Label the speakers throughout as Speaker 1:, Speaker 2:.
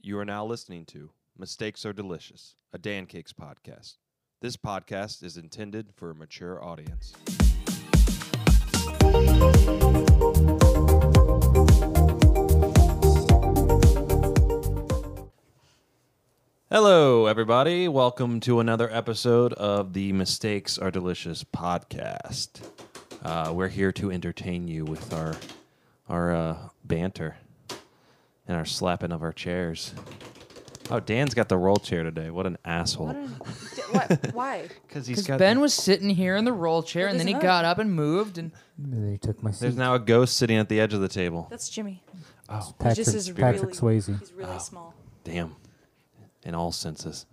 Speaker 1: You are now listening to Mistakes Are Delicious, a Dan Cakes podcast. This podcast is intended for a mature audience. Hello, everybody. Welcome to another episode of the Mistakes Are Delicious podcast. Uh, we're here to entertain you with our our uh, banter and our slapping of our chairs. Oh, Dan's got the roll chair today. What an asshole!
Speaker 2: D- what? Why?
Speaker 1: Because he's
Speaker 3: Because
Speaker 1: got
Speaker 3: Ben was sitting here in the roll chair, and then he
Speaker 2: doesn't
Speaker 3: got up and moved, and
Speaker 4: And then he took my seat.
Speaker 1: There's now a ghost sitting at the edge of the table.
Speaker 2: That's Jimmy.
Speaker 4: Patrick,
Speaker 2: he just is
Speaker 4: Patrick
Speaker 2: really,
Speaker 4: Swayze.
Speaker 2: He's really small.
Speaker 1: Damn. In all senses.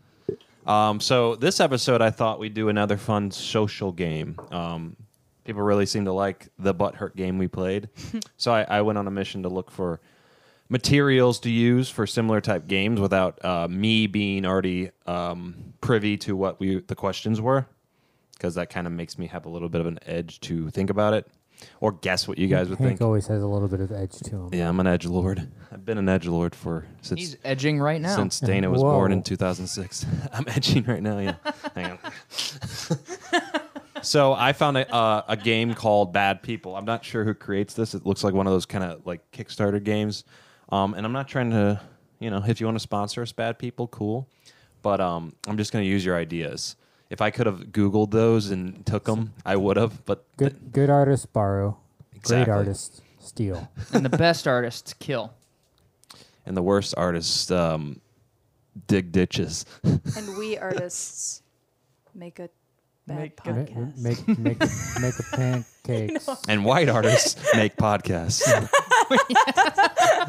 Speaker 1: Um, so this episode, I thought we'd do another fun social game. Um, people really seem to like the butt hurt game we played, so I, I went on a mission to look for materials to use for similar type games without uh, me being already um, privy to what we the questions were, because that kind of makes me have a little bit of an edge to think about it or guess what you guys would
Speaker 4: Hank
Speaker 1: think.
Speaker 4: always has a little bit of edge to him.
Speaker 1: Yeah, I'm an edge lord. I've been an edge lord for since
Speaker 3: he's edging right now.
Speaker 1: since Dana was born in
Speaker 4: Whoa.
Speaker 1: 2006. I'm edging right now. Yeah, hang on. so I found a, uh, a game called Bad People. I'm not sure who creates this. It looks like one of those kind of like Kickstarter games. Um, and I'm not trying to, you know, if you want to sponsor us, Bad People, cool. But um, I'm just going to use your ideas. If I could have Googled those and took them, I would have. But th-
Speaker 4: Good, good artists borrow.
Speaker 1: Exactly.
Speaker 4: Great artists steal.
Speaker 3: and the best artists kill.
Speaker 1: and the worst artists um, dig ditches.
Speaker 2: And we artists make a bad
Speaker 3: Make a-
Speaker 4: Ma-
Speaker 2: podcast.
Speaker 4: make make make a pancakes.
Speaker 1: And white artists make podcasts.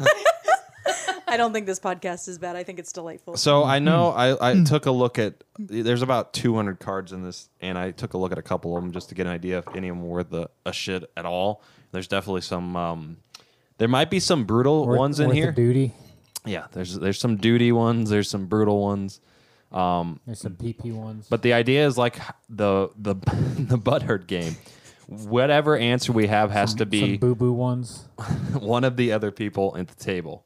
Speaker 2: I don't think this podcast is bad. I think it's delightful.
Speaker 1: So I know
Speaker 4: Mm-hmm.
Speaker 1: I,
Speaker 4: Mm.
Speaker 1: I took a look at there's about 200 cards in this, and I took a look at a couple of them just to get an idea if any of them were the a shit at all. There's definitely some. Um, there might be some brutal
Speaker 4: Worth-
Speaker 1: ones in
Speaker 4: worth a
Speaker 1: here.
Speaker 4: Duty.
Speaker 1: Yeah, there's there's some duty ones. There's some brutal ones.
Speaker 4: There's some PP ones.
Speaker 1: But the idea is like the the the butthurt game. Whatever answer we have has to
Speaker 4: some
Speaker 1: be
Speaker 4: boo boo ones.
Speaker 1: one of the other people at the table.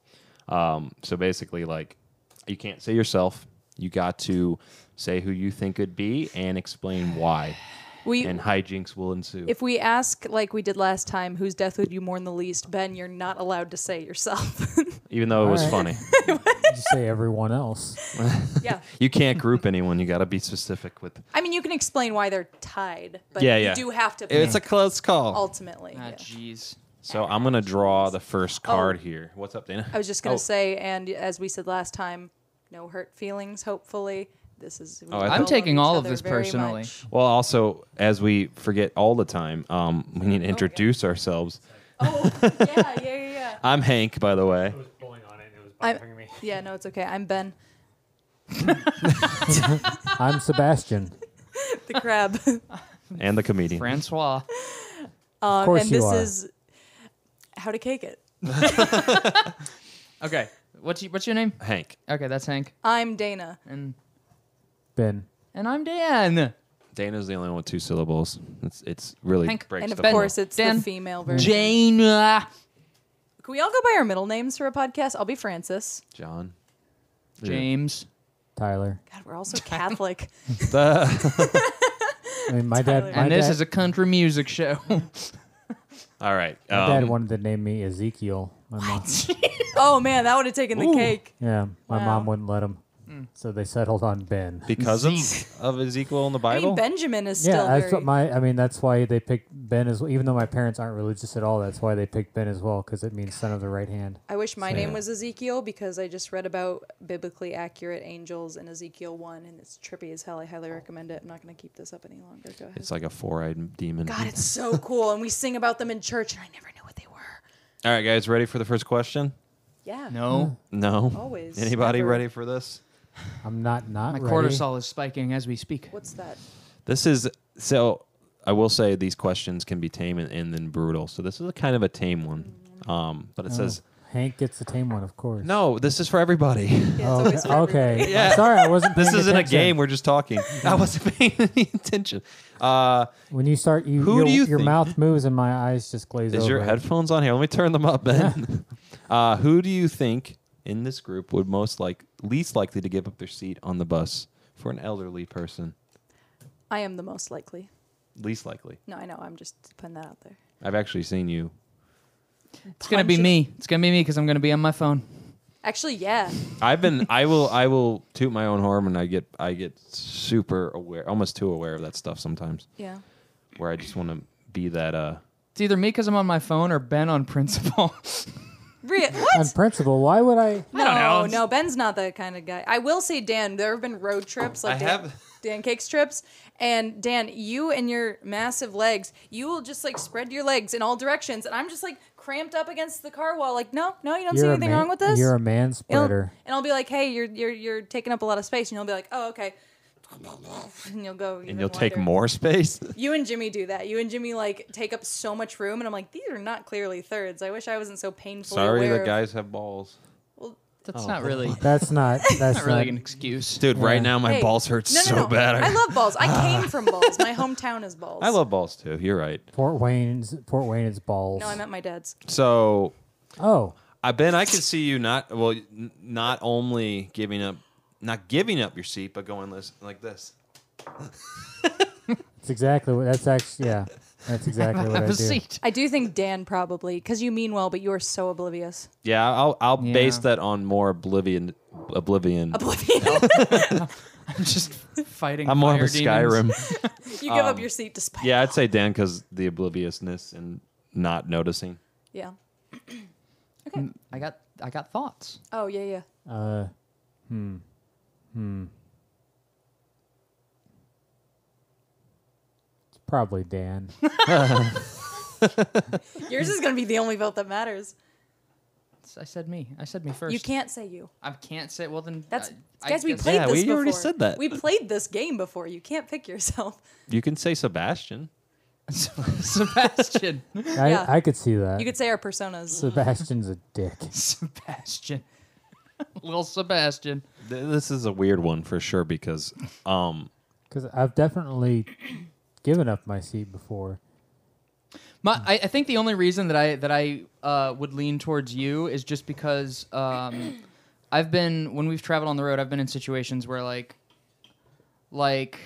Speaker 1: Um, so basically, like, you can't say yourself. You got to say who you think it'd be and explain why.
Speaker 2: we,
Speaker 1: And hijinks will ensue.
Speaker 2: if we ask like we did last time, whose death would you mourn the least? Ben, you're not allowed to say yourself.
Speaker 1: even though it was
Speaker 4: All
Speaker 1: funny,
Speaker 4: right. You say everyone else.
Speaker 2: yeah.
Speaker 1: you can't group anyone. You got to be specific with.
Speaker 2: I mean, you can explain why they're tied, but
Speaker 1: Yeah,
Speaker 2: you
Speaker 1: yeah.
Speaker 2: do have to.
Speaker 1: It's a
Speaker 2: pick
Speaker 1: close call.
Speaker 2: ultimately.
Speaker 3: Ah,
Speaker 2: yeah.
Speaker 3: jeez.
Speaker 1: so I'm gonna draw the first card here. What's up, Dana?
Speaker 2: Oh. I was just gonna
Speaker 1: Oh,
Speaker 2: say, and as we said last time, no hurt feelings. Hopefully, this is. we
Speaker 1: I thought-
Speaker 2: all
Speaker 1: I'm
Speaker 2: love
Speaker 3: taking
Speaker 2: each
Speaker 3: all of
Speaker 2: other
Speaker 3: this
Speaker 2: very
Speaker 3: personally.
Speaker 2: much.
Speaker 1: Well, also as we forget all the time, um, we need to introduce ourselves.
Speaker 2: Oh yeah, yeah, yeah, yeah.
Speaker 1: I'm Hank, by the way.
Speaker 5: was pulling on it and it was
Speaker 2: I'm-
Speaker 5: bothering me.
Speaker 2: Yeah, no, it's okay. I'm Ben,
Speaker 4: I'm Sebastian.
Speaker 2: the crab.
Speaker 1: and the comedian.
Speaker 3: Francois.
Speaker 2: Um,
Speaker 4: course
Speaker 2: and
Speaker 4: you
Speaker 2: this
Speaker 4: are.
Speaker 2: is how to cake it.
Speaker 3: Okay, what's your, what's your name?
Speaker 1: Hank,
Speaker 3: Okay, that's Hank,
Speaker 2: I'm Dana.
Speaker 3: and
Speaker 4: Ben.
Speaker 3: and I'm Dan.
Speaker 1: Dana's the only one with two syllables. It's it's really
Speaker 3: Hank,
Speaker 1: breaks
Speaker 2: And of
Speaker 1: the
Speaker 3: Ben.
Speaker 1: flow.
Speaker 2: course, it's
Speaker 3: Dan.
Speaker 2: the female version.
Speaker 3: Jane. ah.
Speaker 2: Can we all go by our middle names for a podcast? I'll be Francis.
Speaker 1: John.
Speaker 3: James.
Speaker 4: Tyler.
Speaker 2: God, we're all so Catholic.
Speaker 4: I mean, my
Speaker 2: Tyler.
Speaker 4: dad. My
Speaker 3: And this
Speaker 4: dad,
Speaker 3: is a country music show.
Speaker 1: All right.
Speaker 4: my dad
Speaker 1: um,
Speaker 4: wanted to name me Ezekiel. My mom.
Speaker 2: oh man, that would have taken the cake.
Speaker 4: Yeah, my
Speaker 2: Wow.
Speaker 4: mom wouldn't let him.
Speaker 1: Hmm.
Speaker 4: So they settled on Ben.
Speaker 1: because of, of Ezekiel in the
Speaker 2: I
Speaker 1: Bible.
Speaker 2: mean, Benjamin is
Speaker 4: Yeah,
Speaker 2: still
Speaker 4: that's
Speaker 2: very.
Speaker 4: what my. I mean, that's why they picked Ben as. Even though my parents aren't religious at all, that's why they picked Ben as well because it means son of the right hand.
Speaker 2: I wish my
Speaker 1: So-
Speaker 2: name was Ezekiel because I just read about biblically accurate angels in Ezekiel 1 and it's trippy as hell. I highly recommend it. I'm not going to keep this up any longer. Go ahead.
Speaker 1: it's like a four-eyed demon.
Speaker 2: God, it's so cool. And we sing about them in church and I never knew what they were.
Speaker 1: All right, guys, ready for the first question?
Speaker 2: Yeah.
Speaker 3: no,
Speaker 1: No.
Speaker 2: Always.
Speaker 1: Anybody
Speaker 2: Never.
Speaker 1: ready for this?
Speaker 4: I'm not not
Speaker 3: my
Speaker 4: ready.
Speaker 3: cortisol is spiking as we speak.
Speaker 2: What's that?
Speaker 1: This is so. I will say these questions can be tame and, and then brutal. So this is a kind of a tame one. Um, but it says
Speaker 4: Hank gets the tame one, of course.
Speaker 1: no. This is for everybody.
Speaker 2: Yeah, it's
Speaker 4: Oh,
Speaker 2: always
Speaker 4: okay.
Speaker 2: for everybody.
Speaker 4: okay. I'm sorry, I wasn't.
Speaker 1: This
Speaker 4: paying
Speaker 1: isn't a
Speaker 4: attention.
Speaker 1: game. We're just talking. I wasn't paying any attention. Uh,
Speaker 4: When you start, you,
Speaker 1: Who
Speaker 4: your,
Speaker 1: do you
Speaker 4: your
Speaker 1: think-
Speaker 4: mouth moves and my eyes just glaze
Speaker 1: Is
Speaker 4: over.
Speaker 1: your headphones on here? Let me turn them up, Ben. uh, who do you think in this group would most like least likely to give up their seat on the bus for an elderly person?
Speaker 2: I am the most likely.
Speaker 1: Least likely.
Speaker 2: No, I know. I'm just putting that out there.
Speaker 1: I've actually seen you.
Speaker 3: It's gonna be
Speaker 2: Punch it.
Speaker 3: me. It's gonna be me because I'm gonna be on my phone.
Speaker 2: Actually, yeah.
Speaker 1: I've been. I will. I will toot my own horn, and I get. I get super aware, almost too aware of that stuff sometimes,
Speaker 2: Yeah.
Speaker 1: where I just want to be that. Uh,
Speaker 3: It's either me because I'm on my phone or Ben on principle.
Speaker 2: Re- what?
Speaker 4: On principle, why would I?
Speaker 2: No,
Speaker 3: don't know.
Speaker 2: no, Ben's not that kind of guy. I will say, Dan, there have been road trips, like
Speaker 1: I
Speaker 2: Dan,
Speaker 1: have-
Speaker 2: Dan Cakes trips, and Dan, you and your massive legs, you will just like spread your legs in all directions, and I'm just like cramped up against the car wall, like, no, no, you don't see
Speaker 4: You're a
Speaker 2: anything
Speaker 4: man-
Speaker 2: wrong with this.
Speaker 4: You're a man
Speaker 2: And I'll-
Speaker 4: spreader.
Speaker 2: and I'll be like, hey, you're you're you're taking up a lot of space, and you'll be like, oh, okay, and you'll go,
Speaker 1: and you'll take
Speaker 2: more.
Speaker 1: more space.
Speaker 2: You and Jimmy do that. You and Jimmy like take up so much room, and I'm like, these are not clearly thirds. I wish I wasn't so painfully
Speaker 1: Sorry,
Speaker 2: aware
Speaker 1: the
Speaker 2: of-
Speaker 1: guys have balls,
Speaker 3: That's
Speaker 1: Oh,
Speaker 3: not really
Speaker 4: That's not. That's
Speaker 3: not
Speaker 4: not.
Speaker 3: really an excuse.
Speaker 1: dude. Right
Speaker 4: Yeah.
Speaker 1: now, my
Speaker 2: Hey,
Speaker 1: balls hurt
Speaker 2: no, no,
Speaker 1: so
Speaker 2: no.
Speaker 1: bad.
Speaker 2: I love balls. I came from balls. My hometown is balls.
Speaker 1: I love balls too. You're right.
Speaker 4: Fort Wayne's. Fort Wayne's balls.
Speaker 2: No, I meant my dad's.
Speaker 1: So
Speaker 4: oh,
Speaker 1: I Ben, I could see you not well, n- not only giving up, not giving up your seat, but going this, like this.
Speaker 4: it's exactly what. That's actually. Yeah. That's exactly what I
Speaker 3: Have
Speaker 4: do.
Speaker 3: a seat.
Speaker 2: I do think Dan probably because you mean well, but you are so oblivious.
Speaker 1: Yeah, I'll I'll base
Speaker 3: Yeah.
Speaker 1: that on more oblivion, oblivion.
Speaker 2: Oblivious.
Speaker 3: I'm just fighting.
Speaker 1: I'm more of a
Speaker 3: fire demons.
Speaker 1: Skyrim.
Speaker 2: you give up your seat despite.
Speaker 1: um, yeah, I'd say Dan because the obliviousness and not noticing.
Speaker 2: Yeah.
Speaker 3: I got I got thoughts.
Speaker 2: Oh yeah, yeah.
Speaker 4: Uh, hmm. Hmm. It's probably Dan.
Speaker 2: Yours is gonna be the only vote that matters.
Speaker 3: I said me. I said me first.
Speaker 2: You can't say you.
Speaker 3: I can't say. Well then,
Speaker 2: That's
Speaker 3: I,
Speaker 2: guys.
Speaker 3: I
Speaker 2: We
Speaker 3: guess-
Speaker 2: played
Speaker 1: Yeah,
Speaker 2: this.
Speaker 1: we already
Speaker 2: before.
Speaker 1: said that.
Speaker 2: We played this game before. You can't pick yourself.
Speaker 1: You can say Sebastian.
Speaker 3: Sebastian.
Speaker 4: I,
Speaker 2: Yeah.
Speaker 4: I could see that.
Speaker 2: You could say our personas.
Speaker 4: Sebastian's a dick.
Speaker 3: Sebastian. Little Sebastian.
Speaker 1: Th- This is a weird one for sure because um
Speaker 4: Because I've definitely given up my seat before.
Speaker 3: My, I, I think the only reason that I that I uh, would lean towards you is just because um, I've been when we've traveled on the road, I've been in situations where like, like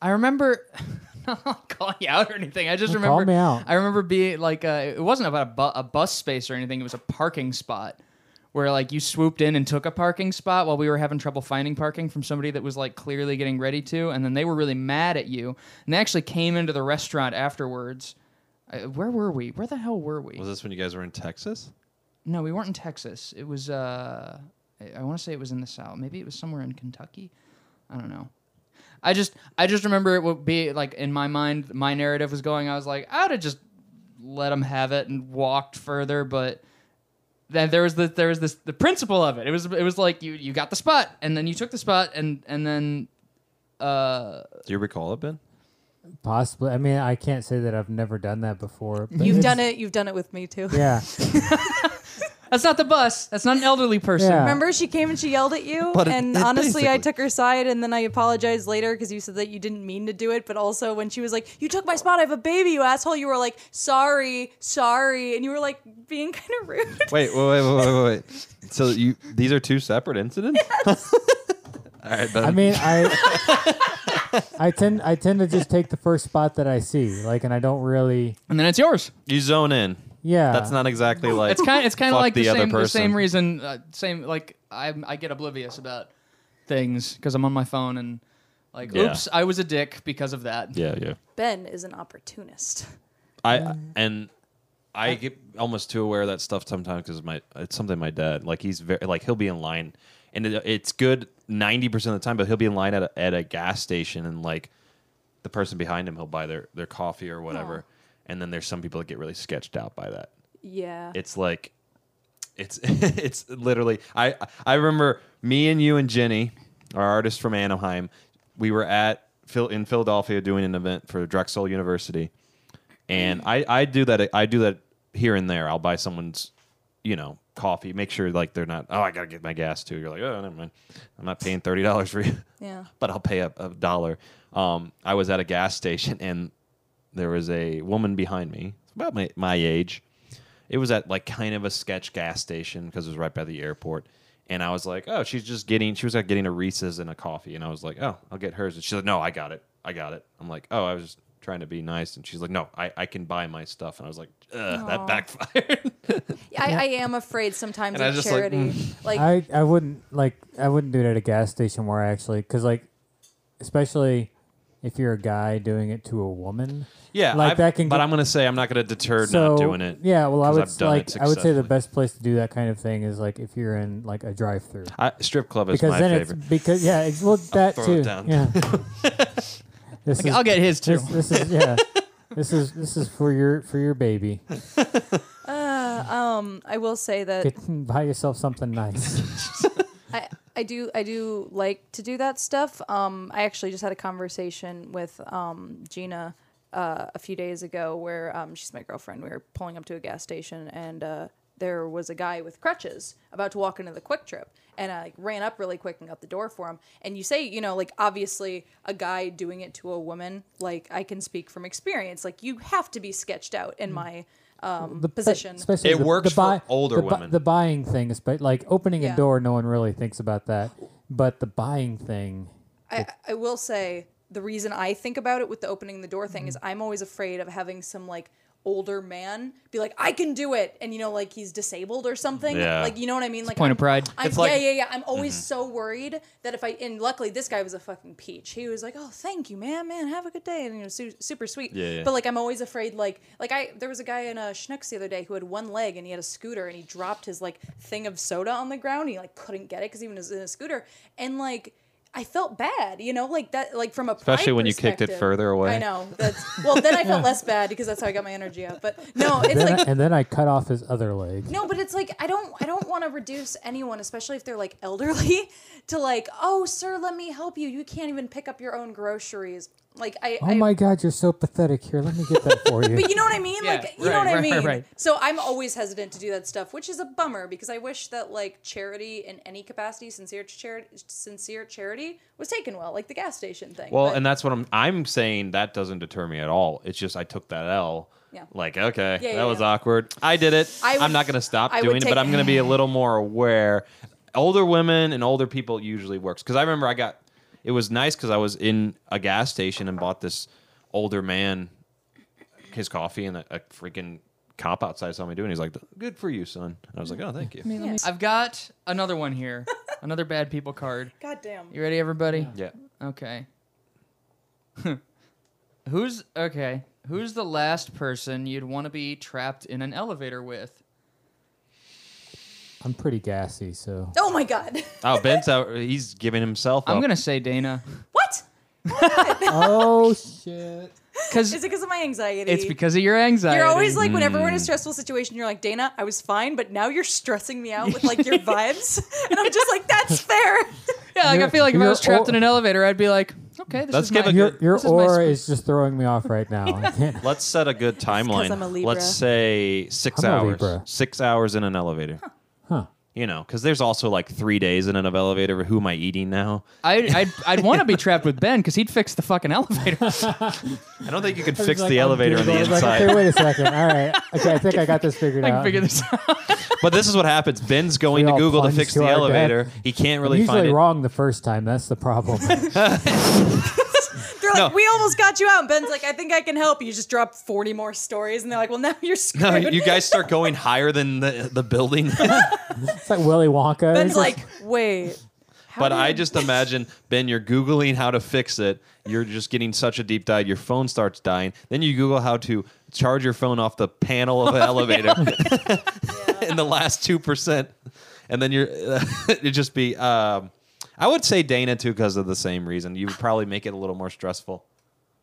Speaker 3: I remember not calling you out or anything. I just
Speaker 4: Well, call
Speaker 3: remember
Speaker 4: me out.
Speaker 3: I remember being like uh, it wasn't about a, bu- a bus space or anything. It was a parking spot where like you swooped in and took a parking spot while we were having trouble finding parking from somebody that was like clearly getting ready to, and then they were really mad at you, and they actually came into the restaurant afterwards. Uh, where were we? Where the hell were we?
Speaker 1: was this when you guys were in Texas?
Speaker 3: No, we weren't in Texas. It was uh I, I want to say it was in the south. Maybe it was somewhere in Kentucky. I don't know. I just I just remember it would be like in my mind my narrative was going I was like I would have just let them have it and walked further but then there was the there was this the principle of it. It was it was like you you got the spot and then you took the spot and and then uh
Speaker 1: Do you recall it, Ben?
Speaker 4: Possibly. I mean, I can't say that I've never done that before. But
Speaker 2: You've
Speaker 4: it's-
Speaker 2: done it. You've done it with me too.
Speaker 4: Yeah.
Speaker 3: that's not the bus. That's not an elderly person.
Speaker 4: Yeah.
Speaker 2: Remember, she came and she yelled at you,
Speaker 1: But it-
Speaker 2: and
Speaker 1: it
Speaker 2: honestly, I
Speaker 1: basically-
Speaker 2: took her side, and then I apologized later because you said that you didn't mean to do it. But also, when she was like, "You took my spot, I have a baby, you asshole," you were like, "Sorry, sorry," and you were like being kind of rude.
Speaker 1: Wait, wait, wait, wait, wait, wait. So you these are two separate incidents? All right, Ben.
Speaker 4: I mean, I. I tend I tend to just take the first spot that I see, like, and I don't really.
Speaker 3: And then it's yours.
Speaker 1: you zone in.
Speaker 4: Yeah.
Speaker 1: That's not exactly like
Speaker 3: it's kind it's kind of
Speaker 1: fuck
Speaker 3: like the,
Speaker 1: the other
Speaker 3: same the
Speaker 1: person.
Speaker 3: same reason uh, same like I I get oblivious about things because I'm on my phone and like
Speaker 1: Yeah.
Speaker 3: oops I was a dick because of that.
Speaker 1: Yeah, yeah.
Speaker 2: Ben is an opportunist.
Speaker 1: I and I get almost too aware of that stuff sometimes because my it's something my dad like he's very like he'll be in line and it, it's good ninety percent of the time, but he'll be in line at a, at a gas station and like the person behind him he'll buy their their coffee or whatever, and then there's some people that get really sketched out by that.
Speaker 2: Yeah,
Speaker 1: It's like it's it's literally I I remember me and you and Jenny, our artist from Anaheim, we were at Phil in Philadelphia doing an event for Drexel University. And I, I do that I do that here and there. I'll buy someone's, you know, coffee, make sure like they're not, oh, I gotta get my gas too. You're like, oh never mind. I'm not paying thirty dollars for you
Speaker 2: yeah.
Speaker 1: but I'll pay up a dollar. Um, I was at a gas station and there was a woman behind me, about my, my age. It was at like kind of a sketch gas station because it was right by the airport. And I was like, oh, she's just getting, she was like getting a Reese's and a coffee. And I was like, oh, I'll get hers. And she's like, no, I got it. I got it. I'm like, oh, I was just trying to be nice. And she's like, no, I, I can buy my stuff. And I was like, Ugh, that
Speaker 2: Aw.
Speaker 1: backfired.
Speaker 2: I, I am afraid sometimes
Speaker 1: And I
Speaker 2: of
Speaker 1: just, like, mm.
Speaker 2: charity. Like,
Speaker 4: I, I wouldn't like I wouldn't do it at a gas station where I actually because like especially if you're a guy doing it to a woman.
Speaker 1: yeah.
Speaker 4: Like
Speaker 1: I've-
Speaker 4: that can
Speaker 1: but
Speaker 4: get-
Speaker 1: I'm going to say I'm not going to deter
Speaker 4: so
Speaker 1: not doing it.
Speaker 4: yeah, well I
Speaker 1: 'cause
Speaker 4: would
Speaker 1: I've
Speaker 4: s-
Speaker 1: done
Speaker 4: like
Speaker 1: it
Speaker 4: I would say the
Speaker 1: successfully.
Speaker 4: best place to do that kind of thing is like if you're in like a drive-through
Speaker 1: I, strip club is
Speaker 4: because
Speaker 1: my
Speaker 4: then
Speaker 1: favorite.
Speaker 4: it's because yeah it's, well that
Speaker 1: throw it
Speaker 4: too
Speaker 1: down.
Speaker 4: yeah. this
Speaker 3: Like, I'll get his too.
Speaker 4: this, this is yeah. This is this is for your for your baby.
Speaker 2: um, I will say that
Speaker 4: Get, buy yourself something nice.
Speaker 2: I, I do I do like to do that stuff. Um, I actually just had a conversation with um, Gina uh, a few days ago where um, she's my girlfriend. We were pulling up to a gas station and uh, there was a guy with crutches about to walk into the Quick Trip, and I like, ran up really quick and got the door for him. And you say, you know, like obviously a guy doing it to a woman, like I can speak from experience. Like you have to be sketched out in my um,
Speaker 4: The
Speaker 2: position.
Speaker 4: especially
Speaker 1: It
Speaker 4: the,
Speaker 1: works
Speaker 4: the buy,
Speaker 1: for older
Speaker 4: the bu-
Speaker 1: women.
Speaker 4: The buying thing is, but like opening
Speaker 2: Yeah.
Speaker 4: a door, no one really thinks about that. But the buying thing,
Speaker 2: I, I will say the reason I think about it with the opening the door thing is
Speaker 3: Mm-hmm.
Speaker 2: I'm always afraid of having some like older man be like I can do it and you know like he's disabled or something
Speaker 1: Yeah.
Speaker 2: like you know what I mean like
Speaker 3: Point of pride.
Speaker 2: I'm,
Speaker 1: It's like- Mm-hmm.
Speaker 2: yeah yeah yeah I'm always so worried that if I and luckily this guy was a fucking peach he was like oh thank you man man have a good day and you know su- super sweet
Speaker 1: Yeah, yeah.
Speaker 2: but like I'm always afraid like like I there was a guy in a Schnucks the other day who had one leg and he had a scooter and he dropped his like thing of soda on the ground and he like couldn't get it because he was in a scooter and like I felt bad, you know, like that, like from a pride
Speaker 1: Especially when you kicked it
Speaker 2: perspective.
Speaker 1: further away.
Speaker 2: I know. That's well. Then I felt less bad because that's how I got my energy out. But no, it's
Speaker 4: then I-
Speaker 2: like
Speaker 4: and then I cut off his other leg.
Speaker 2: no, but it's like I don't I don't want to reduce anyone, especially if they're like elderly, to like, oh sir, let me help you. You can't even pick up your own groceries. Like I
Speaker 4: oh
Speaker 2: I,
Speaker 4: my God, you're so pathetic. Here, let me get that for you.
Speaker 2: But you know what I mean?
Speaker 3: Yeah,
Speaker 2: like, you
Speaker 3: right,
Speaker 2: know what I
Speaker 3: right,
Speaker 2: mean?
Speaker 3: right, right.
Speaker 2: So I'm always hesitant to do that stuff, which is a bummer because I wish that like charity in any capacity, sincere charity, sincere charity was taken well, like the gas station thing.
Speaker 1: Well,
Speaker 2: But
Speaker 1: and that's what I'm I'm saying that doesn't deter me at all. It's just I took that L.
Speaker 2: Yeah.
Speaker 1: Like, okay,
Speaker 2: Yeah,
Speaker 1: that
Speaker 2: yeah,
Speaker 1: was
Speaker 2: yeah.
Speaker 1: awkward. I did it.
Speaker 2: I would-
Speaker 1: I'm not going to stop
Speaker 2: I would
Speaker 1: doing it,
Speaker 2: take-
Speaker 1: but I'm going to be a little more aware. Older women and older people usually works cuz I remember I got it was nice cuz I was in a gas station and bought this older man his coffee and a, a freaking cop outside saw me doing. it. He's like, "Good for you, son." And I was like, "Oh, thank you."
Speaker 3: I've got another one here. another bad people card.
Speaker 2: goddamn.
Speaker 3: You ready, everybody?
Speaker 1: Yeah.
Speaker 3: Okay. Who's okay? Who's the last person you'd want to be trapped in an elevator with?
Speaker 4: I'm pretty gassy, so
Speaker 2: Oh my god.
Speaker 1: Oh, Ben's out. He's giving himself up.
Speaker 3: I'm gonna say Dana,
Speaker 2: what?
Speaker 4: oh shit.
Speaker 3: because
Speaker 2: Is it because of my anxiety?
Speaker 3: it's because of your anxiety.
Speaker 2: you're always like, whenever we're in a
Speaker 1: mm.
Speaker 2: stressful situation, you're like, Dana, I was fine, but now you're stressing me out with like your vibes, and I'm just like, that's fair.
Speaker 3: yeah, like I
Speaker 4: You're-
Speaker 3: feel like if I
Speaker 4: you're
Speaker 3: was trapped
Speaker 4: al-
Speaker 3: in an elevator, I'd be like, okay, this
Speaker 1: Let's
Speaker 3: is
Speaker 1: give
Speaker 3: my,
Speaker 1: a
Speaker 4: Your
Speaker 1: good-
Speaker 4: your
Speaker 3: this is my
Speaker 4: aura
Speaker 3: sp-
Speaker 4: is just throwing me off right now. I can't.
Speaker 1: Let's set a good timeline.
Speaker 2: I'm a Libra.
Speaker 1: Let's say 6
Speaker 4: I'm a
Speaker 1: hours.
Speaker 4: Libra.
Speaker 1: Six hours in an elevator.
Speaker 4: Huh.
Speaker 1: You know, because there's also like three days in an elevator. Who am I eating now?
Speaker 3: I, I'd I'd want to be trapped with Ben because he'd fix the fucking elevator.
Speaker 1: I don't think you can
Speaker 4: I was
Speaker 1: fix
Speaker 4: like,
Speaker 1: the
Speaker 4: I'm
Speaker 1: elevator on
Speaker 4: Google.
Speaker 1: the
Speaker 4: I was like,
Speaker 1: inside.
Speaker 4: okay, wait a second. All right. Okay, I think I got this figured
Speaker 3: I
Speaker 4: out.
Speaker 3: can figure this out.
Speaker 1: but this is what happens. Ben's going
Speaker 4: We
Speaker 1: to
Speaker 4: all
Speaker 1: Google to
Speaker 4: plunge
Speaker 1: fix
Speaker 4: to
Speaker 1: the
Speaker 4: our
Speaker 1: elevator. He can't really
Speaker 4: Usually
Speaker 1: find it.
Speaker 4: wrong the first time. That's the problem.
Speaker 2: They're like,
Speaker 1: No.
Speaker 2: we almost got you out. And Ben's like, I think I can help. You just drop 40 more stories, and they're like, well, now you're screwed.
Speaker 1: No, you guys start going higher than the, the building.
Speaker 4: it's like Willy Wonka.
Speaker 2: Ben's
Speaker 4: It's just-
Speaker 2: like, wait. how
Speaker 1: but
Speaker 2: did
Speaker 1: I just imagine, Ben, you're Googling how to fix it. You're just getting such a deep dive. Your phone starts dying. Then you Google how to charge your phone off the panel of an elevator. in the last two percent, and then you're it'd just be. Um, I would say Dana too because of the same reason. You would probably make it a little more stressful.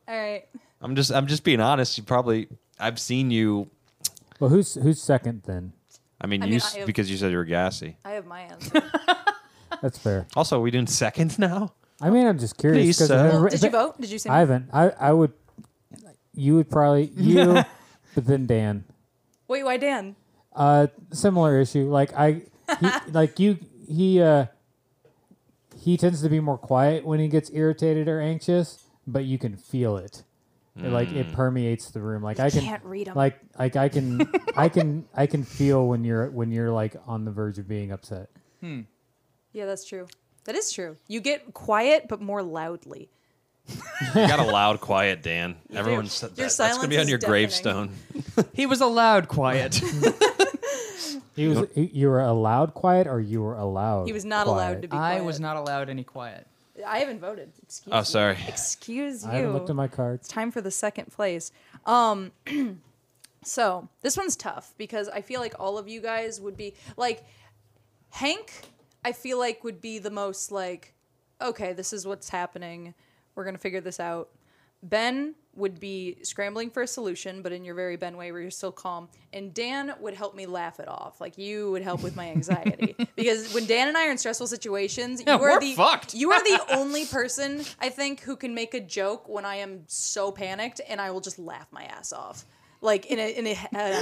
Speaker 2: All right.
Speaker 1: I'm just I'm just being honest. You probably I've seen you.
Speaker 4: well, who's who's second then?
Speaker 1: I mean,
Speaker 2: I
Speaker 1: you
Speaker 2: mean,
Speaker 1: s
Speaker 2: I have-
Speaker 1: because you said you were gassy.
Speaker 2: I have my answer.
Speaker 4: That's fair.
Speaker 1: Also, are we doing seconds now?
Speaker 4: I mean, I'm just curious.
Speaker 1: Please,
Speaker 4: 'cause
Speaker 1: sir.
Speaker 4: I've never-
Speaker 2: Did you vote? Did you say
Speaker 4: I haven't. I, I would. You would probably you, but then Dan.
Speaker 2: Wait, why Dan?
Speaker 4: Uh, similar issue. Like I, he, like you. He uh, he tends to be more quiet when he gets irritated or anxious, but you can feel it. It, like it permeates the room. Like I can
Speaker 2: can't read 'em.
Speaker 4: Like like I can I can I can feel when you're when you're like on the verge of being upset.
Speaker 2: Yeah, that's true. That is true. You get quiet, but more loudly.
Speaker 1: You got a loud, quiet Dan. Everyone said
Speaker 2: Your
Speaker 1: that. That's gonna
Speaker 2: silence
Speaker 1: be on
Speaker 2: is
Speaker 1: your
Speaker 2: deafening.
Speaker 1: gravestone.
Speaker 3: He was allowed quiet.
Speaker 4: He was. he- you were allowed quiet, or you were allowed.
Speaker 2: He was not allowed to be quiet.
Speaker 3: I was not allowed any quiet.
Speaker 2: I haven't voted. Excuse
Speaker 1: Oh,
Speaker 2: you.
Speaker 1: sorry.
Speaker 2: Excuse you.
Speaker 4: I haven't looked at my cards.
Speaker 2: It's time for the second place. Um, so this one's tough because I feel like all of you guys would be like Hank. I feel like would be the most like, okay, this is what's happening. We're gonna figure this out. Ben would be scrambling for a solution, but in your very Ben way, where you're still calm. And Dan would help me laugh it off. Like you would help with my anxiety because when Dan and I are in stressful situations,
Speaker 3: Yeah,
Speaker 2: you are
Speaker 3: we're
Speaker 2: the
Speaker 3: fucked.
Speaker 2: you are the only person I think who can make a joke when I am so panicked, and I will just laugh my ass off, like in a in a, a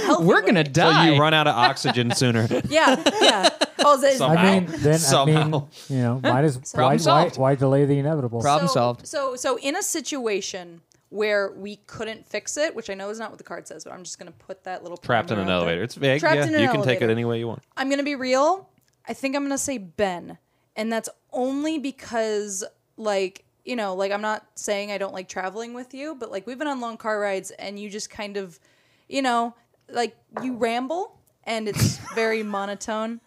Speaker 2: healthy.
Speaker 3: We're
Speaker 2: way.
Speaker 3: gonna
Speaker 1: So
Speaker 3: die.
Speaker 1: you run out of oxygen sooner.
Speaker 2: Yeah, yeah. Oh, is it-
Speaker 1: Somehow.
Speaker 4: I mean, then I mean,
Speaker 1: Somehow.
Speaker 4: you know, might as why,
Speaker 3: Problem
Speaker 4: why
Speaker 3: solved.
Speaker 4: why delay the inevitable?
Speaker 3: Problem-
Speaker 2: so,
Speaker 3: solved.
Speaker 2: So so in a situation where we couldn't fix it, which I know is not what the card says, but I'm just gonna put that little
Speaker 1: Trapped in
Speaker 2: parameter
Speaker 1: an
Speaker 2: out there.
Speaker 1: elevator. It's vague.
Speaker 2: Trapped
Speaker 1: yeah.
Speaker 2: in an
Speaker 1: you can take it
Speaker 2: elevator.
Speaker 1: any way you want.
Speaker 2: I'm gonna be real. I think I'm gonna say Ben, and that's only because like you know, like I'm not saying I don't like traveling with you, but like we've been on long car rides, and you just kind of, you know, like you ramble, and it's very monotone.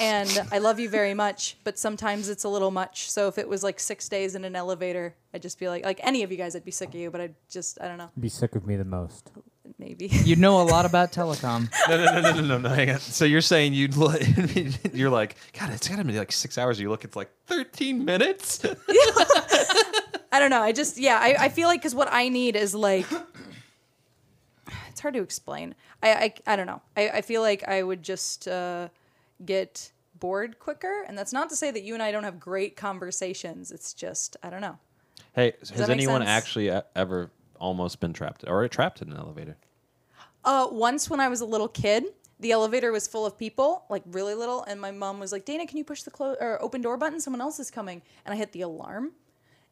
Speaker 2: And I love you very much, but sometimes it's a little much. So if it was like six days in an elevator, I'd just be like, like any of you guys, I'd be sick of you, but I'd just, I don't know,
Speaker 4: Be sick of me the most.
Speaker 2: maybe.
Speaker 3: you know a lot about telecom.
Speaker 1: No, no, no, no, no, no, no. Hang on. So you're saying you'd look, you're like, God, it's gotta be like six hours. You look, it's like 13 minutes.
Speaker 2: I don't know. I just yeah. I, I feel like because what I need is like it's hard to explain. I I, I don't know. I, I feel like I would just uh, get bored quicker, and that's not to say that you and I don't have great conversations. It's just I don't know.
Speaker 1: Hey, has
Speaker 2: make
Speaker 1: anyone
Speaker 2: sense?
Speaker 1: actually e- ever almost been trapped or trapped in an elevator?
Speaker 2: Uh, once when I was a little kid, the elevator was full of people, like really little, and my mom was like, "Dana, can you push the close or open door button? Someone else is coming." And I hit the alarm,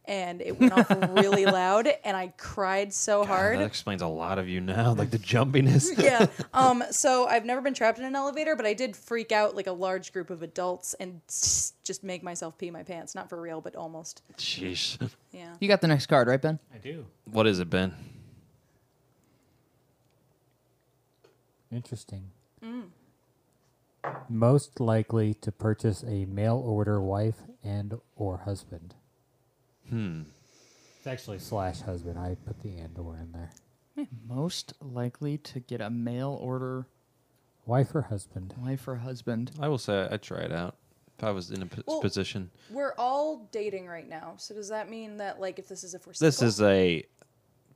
Speaker 2: and it went off really loud, and I cried so hard.
Speaker 1: Oh, That explains a lot of you now, like the jumpiness.
Speaker 2: yeah. Um. So I've never been trapped in an elevator, but I did freak out like a large group of adults and s- just make myself pee my pants. Not for real, but almost.
Speaker 1: Jeez.
Speaker 2: Yeah.
Speaker 3: You got the next card, right, Ben?
Speaker 4: I do.
Speaker 1: What is it, Ben?
Speaker 4: Interesting. Most likely to purchase a mail order wife and or husband. Hmm. It's actually slash husband. I put the and or in there.
Speaker 3: Most likely to get a mail order
Speaker 4: Wife or husband.
Speaker 3: wife or husband.
Speaker 1: I will say I try it out. If I was in a p-
Speaker 2: Well-
Speaker 1: position,
Speaker 2: We're all dating right now, so does that mean that like if this is if we're
Speaker 1: this
Speaker 2: single,
Speaker 1: is a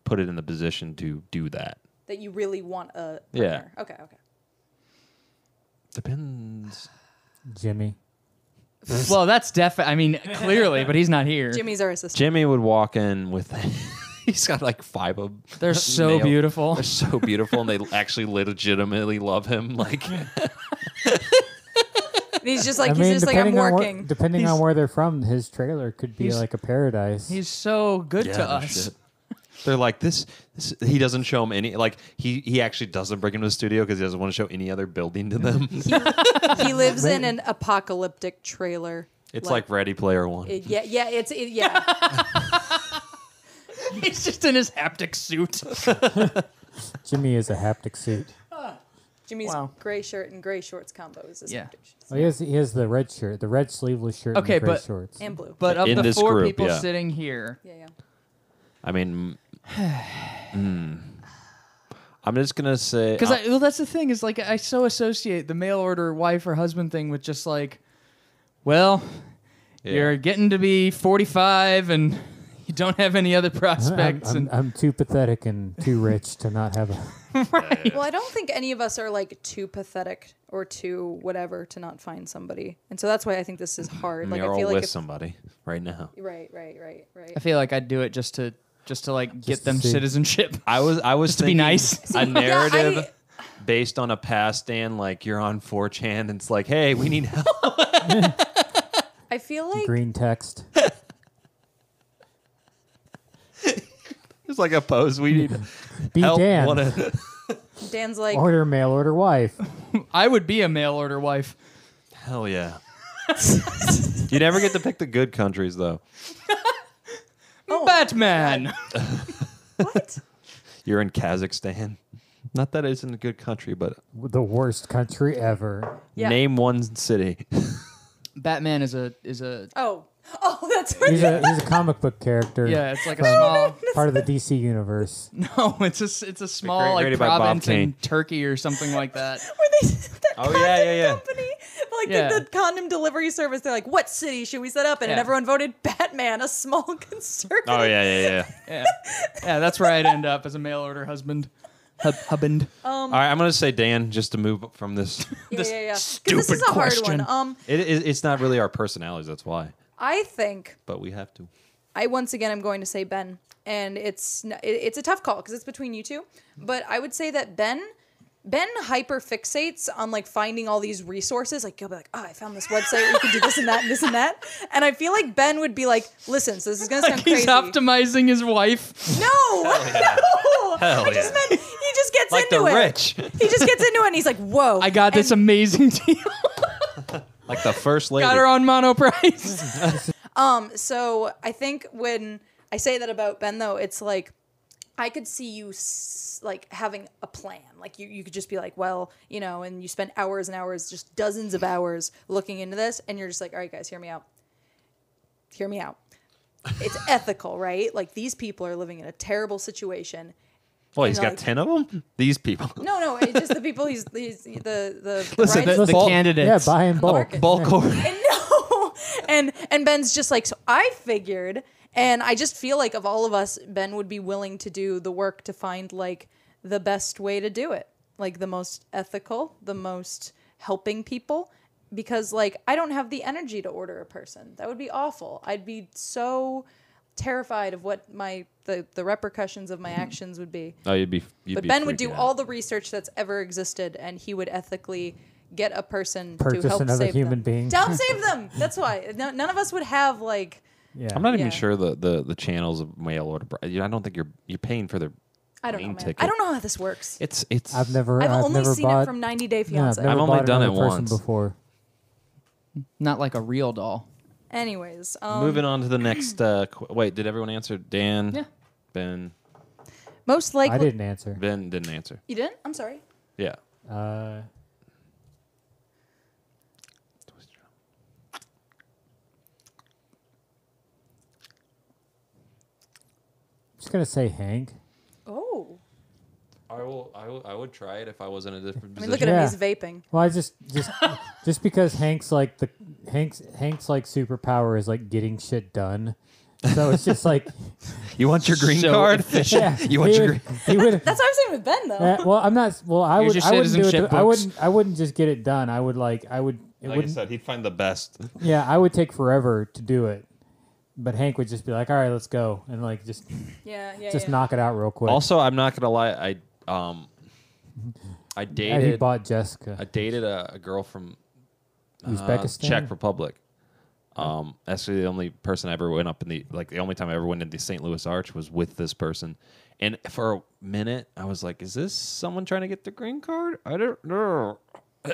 Speaker 1: put it in the position to do that.
Speaker 2: that you really want a
Speaker 1: Yeah.
Speaker 2: partner? Okay. Okay.
Speaker 1: Depends.
Speaker 4: Jimmy.
Speaker 3: well, that's definite. I mean, clearly, but he's not here.
Speaker 2: Jimmy's our assistant.
Speaker 1: Jimmy would walk in with. he's got like five of.
Speaker 3: They're so
Speaker 1: nail-
Speaker 3: beautiful.
Speaker 1: They're so beautiful, and they actually legitimately love him. Like
Speaker 2: And he's just like
Speaker 4: I mean,
Speaker 2: he's just like I'm
Speaker 4: depending on where-
Speaker 2: working.
Speaker 4: depending on
Speaker 3: He's-
Speaker 4: where they're from, his trailer could be
Speaker 3: He's-
Speaker 4: like a paradise.
Speaker 3: He's so good
Speaker 1: Yeah,
Speaker 3: to
Speaker 1: no
Speaker 3: us.
Speaker 1: shit. They're like this, this. He doesn't show him any. Like he he actually doesn't bring him to the studio because he doesn't want to show any other building to them.
Speaker 2: he lives in an apocalyptic trailer.
Speaker 1: it's like, Ready Player One.
Speaker 2: it- yeah, yeah, it's it, yeah.
Speaker 3: He's just in his haptic suit.
Speaker 4: Jimmy is a haptic suit.
Speaker 2: Jimmy's
Speaker 3: Wow.
Speaker 2: gray shirt and gray shorts combo is his
Speaker 3: Yeah.
Speaker 4: Oh, he has he has the red shirt, the red sleeveless shirt,
Speaker 3: Okay,
Speaker 4: and the gray
Speaker 3: but-
Speaker 4: shorts.
Speaker 2: and blue.
Speaker 3: But of
Speaker 1: In
Speaker 3: the
Speaker 1: this
Speaker 3: four
Speaker 1: group,
Speaker 3: people
Speaker 1: yeah.
Speaker 3: sitting here,
Speaker 2: yeah, yeah.
Speaker 1: I mean, mm. I'm just gonna say uh,
Speaker 3: because
Speaker 1: I-
Speaker 3: I well, that's the thing is like I so associate the mail order wife or husband thing with just like, well,
Speaker 1: yeah.
Speaker 3: you're getting to be 45 and you don't have any other
Speaker 4: I'm- I'm,
Speaker 3: prospects
Speaker 4: I'm-
Speaker 3: and
Speaker 4: I'm too pathetic and too rich to not have a.
Speaker 2: Well, I don't think any of us are like too pathetic or too whatever to not find somebody, and so that's why I think this is hard. Like
Speaker 1: you're
Speaker 2: I
Speaker 1: all
Speaker 2: feel
Speaker 1: with
Speaker 2: like if,
Speaker 1: somebody right now.
Speaker 2: right, right, right, right.
Speaker 3: I feel like I'd do it just to just to like
Speaker 4: Just
Speaker 3: get
Speaker 4: to
Speaker 3: them
Speaker 4: see.
Speaker 3: citizenship.
Speaker 1: I was I was
Speaker 3: to be
Speaker 1: thinking
Speaker 3: nice.
Speaker 1: a narrative
Speaker 2: I-
Speaker 1: based on a past Dan like you're on 4chan and it's like hey we need help.
Speaker 2: I feel like
Speaker 4: green text.
Speaker 1: it's like a pose we need
Speaker 4: Be
Speaker 1: help.
Speaker 4: Dan.
Speaker 1: wanna-
Speaker 2: Dan's like
Speaker 4: Order mail, order wife.
Speaker 3: I would be a mail order wife.
Speaker 1: Hell yeah. You never get to pick the good countries though.
Speaker 3: Oh. Batman.
Speaker 2: What?
Speaker 1: You're in Kazakhstan. Not that it's in a good country, but
Speaker 4: The worst country ever.
Speaker 2: Yeah.
Speaker 1: name one city.
Speaker 3: Batman is a is a
Speaker 2: Oh. Oh, that's what
Speaker 4: He's a he's a comic book character.
Speaker 3: yeah. It's like a small.
Speaker 4: part of the DC universe.
Speaker 3: No, it's a s- it's a small like
Speaker 1: created by Bob
Speaker 3: province in
Speaker 1: Kane.
Speaker 3: Turkey or something like that.
Speaker 2: were they that
Speaker 1: Oh, yeah,
Speaker 2: condom
Speaker 1: yeah, yeah.
Speaker 2: company like the-
Speaker 3: Yeah.
Speaker 2: the, condom delivery service they're like what city should we set up in and
Speaker 3: Yeah.
Speaker 2: everyone voted batman a small conservative
Speaker 1: Oh yeah, yeah, yeah.
Speaker 3: Yeah, yeah. That's where I'd end up as a mail order husband. Hub, hubband.
Speaker 2: Oh,
Speaker 1: All right, I'm gonna say Dan just to move from this.
Speaker 2: yeah, yeah,
Speaker 3: This
Speaker 2: yeah. 'Cause this
Speaker 3: stupid
Speaker 2: is a hard
Speaker 3: question.
Speaker 2: one um
Speaker 1: It, it, it's not really our personalities. That's why.
Speaker 2: i think
Speaker 1: But we have to.
Speaker 2: I once again I'm going to say Ben, and it's n- it- it's a tough call because it's between you two. But I would say that Ben. Ben hyper fixates on like finding all these resources. Like he'll be like, "Oh, I found this website. where You can do this and that and this and that." And I feel like Ben would be like, "Listen, so this is gonna sound
Speaker 3: Like he's
Speaker 2: crazy."
Speaker 3: optimizing his wife.
Speaker 2: no, no.
Speaker 1: Hell
Speaker 2: I just
Speaker 1: yeah.
Speaker 2: meant he just gets
Speaker 1: Like
Speaker 2: into
Speaker 1: the
Speaker 2: it.
Speaker 1: rich.
Speaker 2: He just gets into it. and He's like, "Whoa,
Speaker 3: I got this
Speaker 2: And,
Speaker 3: amazing deal.
Speaker 1: Like the first lady.
Speaker 3: Got her on mono price.
Speaker 2: um, so I think when I say that about Ben, though, it's like I could see you s- like having a plan. Like you, you could just be like, well, you know, and you spend hours and hours, just dozens of hours looking into this, and you're just like, all right, guys, hear me out. Hear me out. It's ethical, right? Like these people are living in a terrible situation.
Speaker 1: Boy, he's got
Speaker 2: like-
Speaker 1: ten of them. These people.
Speaker 2: No, no, it's just the people he's, he's the the, the
Speaker 3: Listen,
Speaker 2: rights-
Speaker 3: the, the
Speaker 4: Bulk- Yeah,
Speaker 3: candidates.
Speaker 4: buy in bulk.
Speaker 2: market.
Speaker 1: Bulk order.
Speaker 2: And no. And and Ben's just like, so I figured, and I just feel like of all of us, Ben would be willing to do the work to find like the best way to do it. Like the most ethical, the most helping people. Because like I don't have the energy to order a person. That would be awful. I'd be so terrified of what my the, the repercussions of my actions would be.
Speaker 1: Oh, you'd be. You'd
Speaker 2: But
Speaker 1: be
Speaker 2: Ben would
Speaker 1: freaking
Speaker 2: do
Speaker 1: out.
Speaker 2: all the research that's ever existed, and he would ethically get a person to
Speaker 4: Purchase
Speaker 2: help
Speaker 4: another
Speaker 2: save them.
Speaker 4: human being.
Speaker 2: To help save them. That's why no, none of us would have like
Speaker 4: Yeah.
Speaker 1: I'm not even
Speaker 2: Yeah.
Speaker 1: sure the, the the channels of mail order. br- I don't think you're you're paying for their.
Speaker 2: I don't know.
Speaker 1: Plane
Speaker 2: Man.
Speaker 1: ticket.
Speaker 2: I don't know how this works.
Speaker 1: It's it's.
Speaker 4: I've never.
Speaker 2: I've,
Speaker 4: I've,
Speaker 2: only
Speaker 4: never
Speaker 2: seen
Speaker 4: bought,
Speaker 2: it from 90 Day
Speaker 4: Yeah, I've
Speaker 2: Fiance.
Speaker 4: never
Speaker 1: I've only
Speaker 4: bought
Speaker 1: done it
Speaker 4: another person
Speaker 1: once.
Speaker 4: before.
Speaker 3: Not like a real doll.
Speaker 2: Anyways, um,
Speaker 1: Moving on to the next. Uh, qu- wait, did everyone answer? Dan.
Speaker 3: Yeah.
Speaker 1: Ben.
Speaker 2: most likely
Speaker 4: I didn't answer.
Speaker 1: Ben didn't answer.
Speaker 2: you didn't. I'm sorry.
Speaker 1: Yeah.
Speaker 4: Uh, just gonna say Hank.
Speaker 2: Oh,
Speaker 1: I will. I will. I would try it if I was in a different
Speaker 2: I mean, look at him.
Speaker 4: Yeah.
Speaker 2: He's vaping.
Speaker 4: Well, I just just just because Hank's like the Hank's Hank's like superpower is like getting shit done. So it's just like
Speaker 1: you want your green
Speaker 3: So
Speaker 1: card?
Speaker 4: yeah,
Speaker 1: you want
Speaker 4: he
Speaker 1: your
Speaker 4: would-
Speaker 1: green?
Speaker 4: he would
Speaker 2: That's what I'm saying with Ben though.
Speaker 4: Uh, well, I'm not. Well, I
Speaker 3: You're
Speaker 4: would.
Speaker 3: just
Speaker 4: I
Speaker 3: saying
Speaker 4: wouldn't
Speaker 3: some
Speaker 4: do it.
Speaker 3: shit
Speaker 4: th- I
Speaker 3: books.
Speaker 4: wouldn't. I wouldn't just get it done. I would like. I would. It
Speaker 1: Like I
Speaker 4: wouldn't.
Speaker 1: said, he'd find the best.
Speaker 4: Yeah, I would take forever to do it. But Hank would just be like, "All right, let's go," and like just
Speaker 2: yeah, yeah.
Speaker 4: just
Speaker 2: yeah.
Speaker 4: knock it out real quick.
Speaker 1: Also, I'm not gonna lie. I um, I
Speaker 4: and he
Speaker 1: dated.
Speaker 4: bought Jessica.
Speaker 1: I dated a, a girl from uh,
Speaker 4: Uzbekistan?
Speaker 1: Czech Republic. Um, actually, the only person I ever went up in the like the only time I ever went in the St. Louis Arch was with this person, and for a minute I was like, "Is this someone trying to get the green card?" I don't know.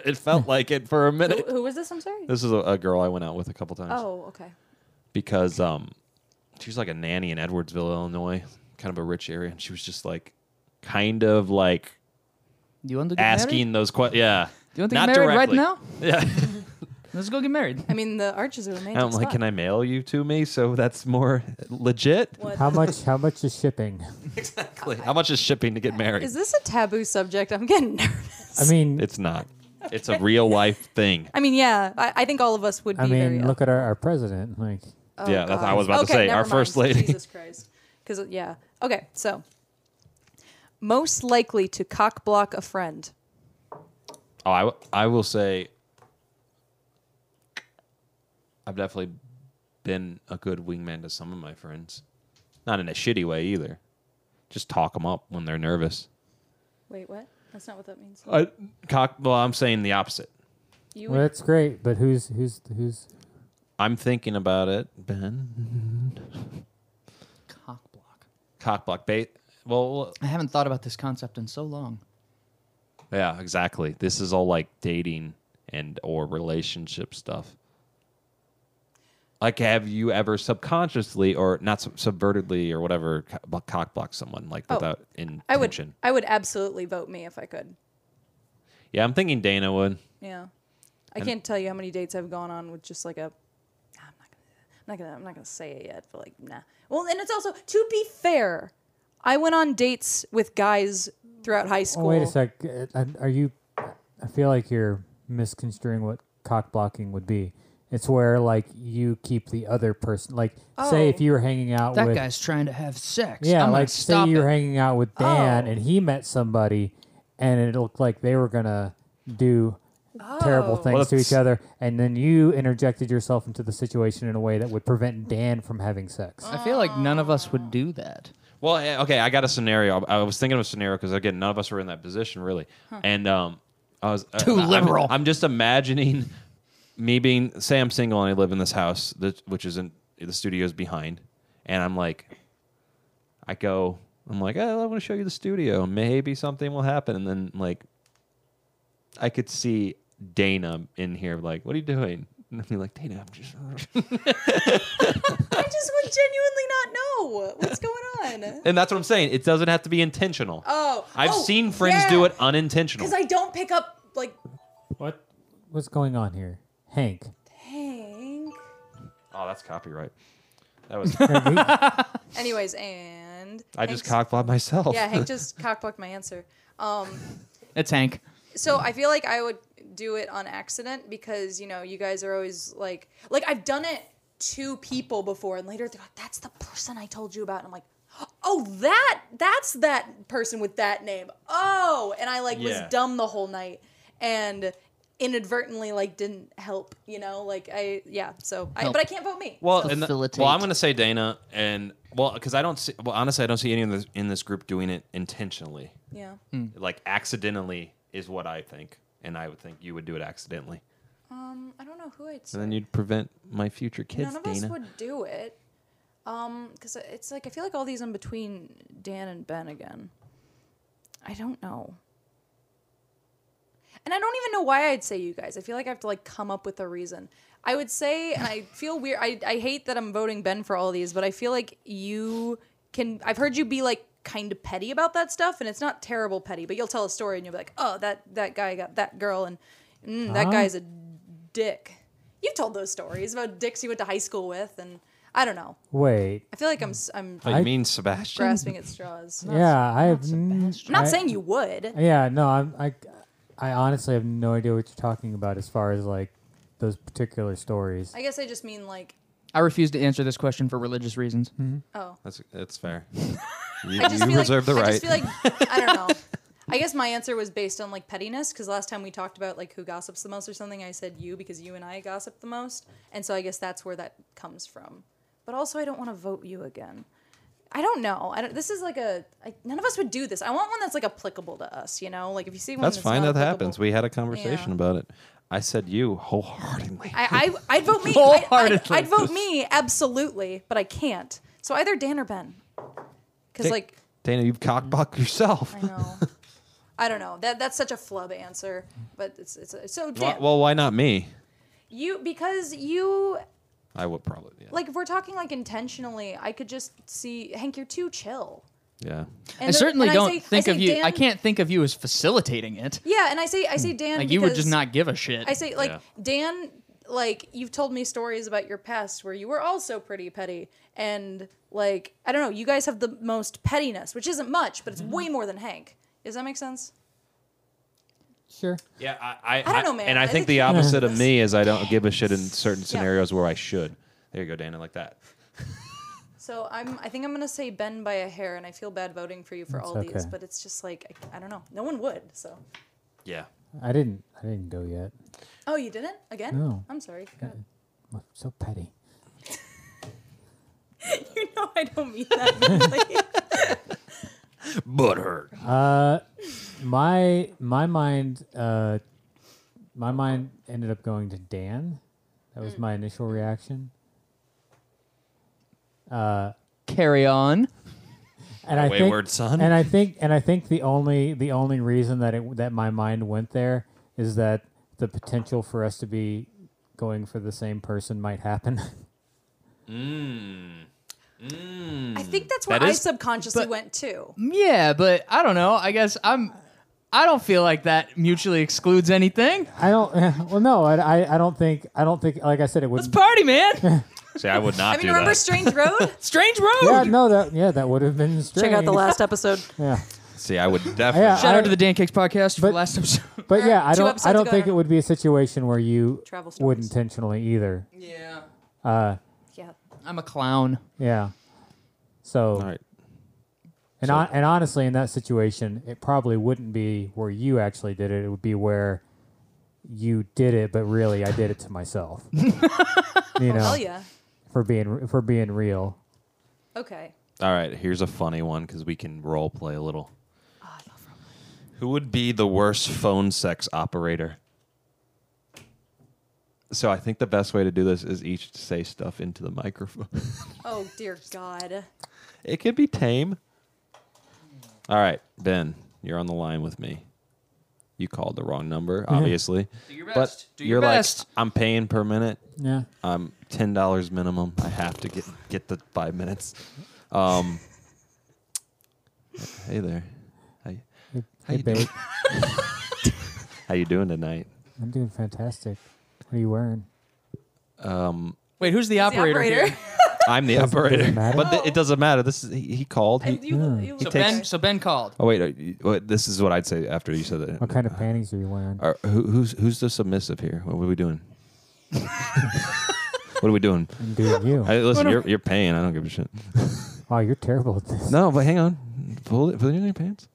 Speaker 1: It felt like it for a
Speaker 2: Who,
Speaker 1: minute.
Speaker 2: who was this? I'm sorry.
Speaker 1: This is a, a girl I went out with a couple times
Speaker 2: Oh, okay.
Speaker 1: because um, she was like a nanny in Edwardsville, Illinois, kind of a rich area, and she was just like, kind of like
Speaker 3: Do you want to get
Speaker 1: asking
Speaker 3: married?
Speaker 1: those questions. Yeah,
Speaker 3: Do you want to
Speaker 1: Not
Speaker 3: get married
Speaker 1: directly.
Speaker 3: right now?
Speaker 1: yeah.
Speaker 3: Let's go get married.
Speaker 2: I mean, the arches are amazing.
Speaker 1: I'm like, can I mail you to me so that's more legit?
Speaker 2: What?
Speaker 4: how much? How much is shipping?
Speaker 1: Exactly. How much is shipping to get married?
Speaker 2: Is this a taboo subject? I'm getting nervous.
Speaker 4: I mean,
Speaker 1: it's not. It's a real life thing.
Speaker 2: I mean, yeah. I, I think all of us would be
Speaker 4: I
Speaker 2: very.
Speaker 4: mean, look at our, our president. Like,
Speaker 2: Oh,
Speaker 1: Yeah, that's- I
Speaker 2: God.
Speaker 1: was about to
Speaker 2: Okay,
Speaker 1: say,
Speaker 2: never
Speaker 1: our first
Speaker 2: mind.
Speaker 1: lady.
Speaker 2: Jesus Christ. Because yeah. Okay, so most likely to cock block a friend.
Speaker 1: Oh, I, w- I will say, I've definitely been a good wingman to some of my friends. Not in a shitty way either. Just talk them up when they're nervous.
Speaker 2: Wait, what? That's not what that means.
Speaker 1: I, cock, well, I'm saying the opposite.
Speaker 2: You
Speaker 4: well,
Speaker 2: would,
Speaker 4: that's great, but who's who's who's?
Speaker 1: I'm thinking about it, Ben.
Speaker 3: Cock block.
Speaker 1: Cock block bait. Well,
Speaker 3: I haven't thought about this concept in so long.
Speaker 1: Yeah, exactly. This is all like dating and or relationship stuff. Like, have you ever subconsciously or not sub- subvertedly or whatever co- cock blocked someone like
Speaker 2: Oh,
Speaker 1: without
Speaker 2: I would.
Speaker 1: intention?
Speaker 2: I would absolutely vote me if I could.
Speaker 1: Yeah, I'm thinking Dana would.
Speaker 2: Yeah, I can't tell you how many dates I've gone on with just like a. Nah, I'm not gonna. I'm not gonna. I'm not gonna say it yet. But like, nah. Well, and it's also to be fair, I went on dates with guys throughout high
Speaker 4: Oh,
Speaker 2: school.
Speaker 4: wait a sec. Uh, uh, Are you? I feel like you're misconstruing what cock blocking would be. It's where like you keep the other person. Like, say if
Speaker 2: Oh.
Speaker 4: you were hanging out
Speaker 3: That
Speaker 4: with
Speaker 3: guy's trying to have sex.
Speaker 4: yeah,
Speaker 3: I'm gonna
Speaker 4: like say
Speaker 3: stop
Speaker 4: you were
Speaker 3: it.
Speaker 4: hanging out with Dan
Speaker 2: Oh.
Speaker 4: and he met somebody, and it looked like they were gonna do terrible
Speaker 2: Oh.
Speaker 4: things
Speaker 1: Well,
Speaker 4: to each
Speaker 1: that's-
Speaker 4: other, and then you interjected yourself into the situation in a way that would prevent Dan from having sex.
Speaker 3: I feel like none of us would do that.
Speaker 1: Well, eh, okay, I got a scenario. I I was thinking of a scenario because again, none of us were in that position really, and um, I was I-
Speaker 3: Too
Speaker 1: I'm-
Speaker 3: liberal.
Speaker 1: I'm, just imagining me being say I'm single and I live in this house that which is in the studio's behind, and I'm like, I go, I'm like, oh, I want to show you the studio. Maybe something will happen, and then like, I could see Dana in here like, what are you doing? And I'd be like, Dana, I'm just.
Speaker 2: I just would genuinely not know what's going on.
Speaker 1: and that's what I'm saying. It doesn't have to be intentional.
Speaker 2: Oh,
Speaker 1: I've
Speaker 2: oh,
Speaker 1: seen friends
Speaker 2: yeah,
Speaker 1: do it unintentional.
Speaker 2: because I don't pick up like
Speaker 4: What? What's going on here, Hank?
Speaker 2: Hank.
Speaker 1: Oh, that's copyright. That was
Speaker 2: Anyways, and
Speaker 1: I just
Speaker 2: Hank's-
Speaker 1: cockblocked myself.
Speaker 2: Yeah, Hank just cockblocked my answer. Um,
Speaker 3: It's Hank.
Speaker 2: so I feel like I would do it on accident because you know you guys are always like like I've done it to people before and later they're like that's the person I told you about and I'm like oh that that's that person with that name oh and I like
Speaker 1: Yeah.
Speaker 2: was dumb the whole night and inadvertently like didn't help you know like I yeah so I,
Speaker 3: Help.
Speaker 2: but I can't vote me
Speaker 1: well, and the-
Speaker 3: Facilitate.
Speaker 1: well, I'm gonna say Dana, and well, because I don't see. Well, honestly, I don't see any of this in this group doing it intentionally.
Speaker 2: yeah
Speaker 1: Like accidentally is what I think, and I would think you would do it accidentally,
Speaker 2: um I don't know who it's
Speaker 1: and then you'd prevent my future kids,
Speaker 2: None of
Speaker 1: Dana.
Speaker 2: us would do it. Um, because it's like I feel like all these in between Dan and Ben again. I don't know. And I don't even know why I'd say you guys. I feel like I have to like come up with a reason. I would say, and I feel weird. I, I hate that I'm voting Ben for all these, but I feel like you can. I've heard you be like kind of petty about that stuff, and it's not terrible petty, but you'll tell a story and you'll be like, oh, that that guy got that girl, and mm, that
Speaker 4: Huh?
Speaker 2: guy's a dick. You told those stories about dicks you went to high school with, and I don't know.
Speaker 4: Wait.
Speaker 2: I feel like I'm s- I'm
Speaker 1: I
Speaker 4: Mm. I-
Speaker 1: Oh, mean, Sebastian.
Speaker 2: grasping at straws.
Speaker 4: yeah, I have. n-
Speaker 2: I'm not
Speaker 4: I-
Speaker 2: saying you would.
Speaker 4: Yeah, no, I'm. I, I honestly have no idea what you're talking about as far as like those particular stories.
Speaker 2: I guess I just mean like,
Speaker 3: I refuse to answer this question for religious reasons.
Speaker 2: oh,
Speaker 1: That's that's fair. you
Speaker 2: I just
Speaker 1: you
Speaker 2: feel
Speaker 1: reserve
Speaker 2: like,
Speaker 1: the
Speaker 2: I
Speaker 1: right.
Speaker 2: just feel like I don't know. I guess my answer was based on like pettiness because last time we talked about like who gossips the most or something, I said you because you and I gossip the most, and so I guess that's where that comes from. But also, I don't want to vote you again. I don't know. I don't, this is like a I, none of us would do this. I want one that's like applicable to us. You know, like if you see one
Speaker 1: that's
Speaker 2: that's
Speaker 1: fine.
Speaker 2: not
Speaker 1: That happens.
Speaker 2: applicable-
Speaker 1: We had a conversation
Speaker 2: Yeah.
Speaker 1: about it. I said you wholeheartedly.
Speaker 2: I, I I'd vote me. I, I'd,
Speaker 3: Wholeheartedly.
Speaker 2: I'd vote me absolutely, but I can't. So either Dan or Ben, because
Speaker 1: Da-
Speaker 2: like
Speaker 1: Dana, you've cockblocked yourself.
Speaker 2: I know, I don't know. That that's such a flub answer, but it's it's so
Speaker 1: Why-
Speaker 2: Dan,
Speaker 1: well, why not me?
Speaker 2: you because you
Speaker 1: I would probably. Yeah.
Speaker 2: like if we're talking like intentionally, I could just see Hank, you're too chill.
Speaker 1: yeah.
Speaker 2: And
Speaker 3: I
Speaker 2: the-
Speaker 3: certainly
Speaker 2: and
Speaker 3: don't
Speaker 2: say-
Speaker 3: think
Speaker 2: say
Speaker 3: of you. I
Speaker 2: Dan-
Speaker 3: can't think of you as facilitating it.
Speaker 2: Yeah, and I say I say Dan.
Speaker 3: Like you would just
Speaker 2: because-
Speaker 3: not give a shit.
Speaker 2: I say like
Speaker 1: Yeah.
Speaker 2: Dan, like you've told me stories about your past where you were also pretty petty, and like I don't know, you guys have the most pettiness, which isn't much, but it's
Speaker 1: Mm-hmm.
Speaker 2: way more than Hank. Does that make sense?
Speaker 4: Sure.
Speaker 1: Yeah, I, I,
Speaker 2: don't know, man.
Speaker 1: And I,
Speaker 2: I
Speaker 1: think
Speaker 2: think
Speaker 1: the
Speaker 2: you-
Speaker 1: opposite of me is I don't give a shit in certain scenarios where I should. There you go, Dana, like that.
Speaker 2: So I'm, I think I'm gonna say Ben by a hair, and I feel bad voting for you for
Speaker 4: That's
Speaker 2: all these,
Speaker 4: okay.
Speaker 2: but it's just like I, I don't know, no one would. So
Speaker 1: Yeah.
Speaker 4: I didn't. I didn't go yet.
Speaker 2: oh, you didn't again?
Speaker 4: No.
Speaker 2: I'm sorry. God.
Speaker 4: I'm so petty.
Speaker 2: you know I don't mean that. Really.
Speaker 1: Hmm. But hurt.
Speaker 4: Uh, my my mind uh, my mind ended up going to Dan. That
Speaker 2: Mm.
Speaker 4: was my initial reaction,
Speaker 3: Carry on.
Speaker 4: and I think
Speaker 1: Wayward son.
Speaker 4: and I think and I think the only the only reason that it that my mind went there is that the potential for us to be going for the same person might happen.
Speaker 1: Mmm. Mmm.
Speaker 2: I think that's where
Speaker 1: That
Speaker 2: I
Speaker 1: is-
Speaker 2: subconsciously
Speaker 3: but-
Speaker 2: went to.
Speaker 3: Yeah, but I don't know. I guess I'm. I don't feel like that mutually excludes anything.
Speaker 4: I don't. Well, no, I, I, I don't think. I don't think. Like I said, it
Speaker 3: Let's
Speaker 4: would.
Speaker 3: party, man.
Speaker 1: See, I would not
Speaker 2: I mean,
Speaker 1: do
Speaker 2: remember
Speaker 1: that.
Speaker 2: Strange Road?
Speaker 3: Strange road.
Speaker 4: Yeah, no, that yeah, that would have been strange.
Speaker 2: Check out the last episode.
Speaker 4: Yeah,
Speaker 1: See, I would definitely.
Speaker 4: Yeah,
Speaker 3: Shout
Speaker 4: I-
Speaker 3: out to the Dan Cakes podcast for
Speaker 4: But-
Speaker 3: last episode.
Speaker 4: but yeah, I
Speaker 2: Two
Speaker 4: don't.
Speaker 2: episodes
Speaker 4: I don't
Speaker 2: ago,
Speaker 4: think
Speaker 2: I
Speaker 4: it would be a situation where you
Speaker 2: Travel
Speaker 4: would
Speaker 2: stories.
Speaker 4: intentionally either.
Speaker 3: Yeah,
Speaker 4: Uh,
Speaker 2: Yeah.
Speaker 3: I'm a clown.
Speaker 4: yeah. So
Speaker 1: All right.
Speaker 4: and on, and honestly, in that situation, it probably wouldn't be where you actually did it. It would be where you did it, but really, I did it to myself. you know,
Speaker 2: Hell yeah.
Speaker 4: for being for being real.
Speaker 2: Okay.
Speaker 1: All right. Here's a funny one because we can role play a little.
Speaker 2: Ah,
Speaker 1: Who would be the worst phone sex operator? So I think the best way to do this is each to say stuff into the microphone.
Speaker 2: Oh dear God.
Speaker 1: it could be tame. All right, Ben, you're on the line with me. You called the wrong number, obviously.
Speaker 3: Do your
Speaker 1: But
Speaker 3: best. Do
Speaker 1: you're
Speaker 3: your
Speaker 1: like,
Speaker 3: best.
Speaker 1: I'm paying per minute.
Speaker 4: Yeah.
Speaker 1: I'm ten dollars minimum. I have to get get the five minutes. Um, hey there, how, y- How
Speaker 4: Hey,
Speaker 1: you doing?
Speaker 4: babe,
Speaker 1: how you doing tonight?
Speaker 4: I'm doing fantastic. What are you wearing?
Speaker 1: Um,
Speaker 3: Wait, who's the
Speaker 2: It's the
Speaker 3: operator? here?
Speaker 2: operator.
Speaker 1: I'm the
Speaker 4: Does- does it
Speaker 1: operator,
Speaker 4: matter?
Speaker 1: but th- it doesn't matter. This is he, he called. He,
Speaker 2: And you,
Speaker 4: Yeah.
Speaker 2: you
Speaker 1: He
Speaker 3: So
Speaker 2: look
Speaker 1: takes-
Speaker 3: Ben,
Speaker 2: good.
Speaker 3: so Ben called.
Speaker 1: oh wait, uh, you- wait, this is what I'd say after you said that.
Speaker 4: What kind of panties are you wearing?
Speaker 1: Are- who, who's who's the submissive here? What are we doing? what are we doing?
Speaker 4: I'm doing you.
Speaker 1: I, listen, you're, you're paying. I don't give a shit.
Speaker 4: Wow, you're terrible at this.
Speaker 1: No, but hang on. Pull it. Pull it in your pants.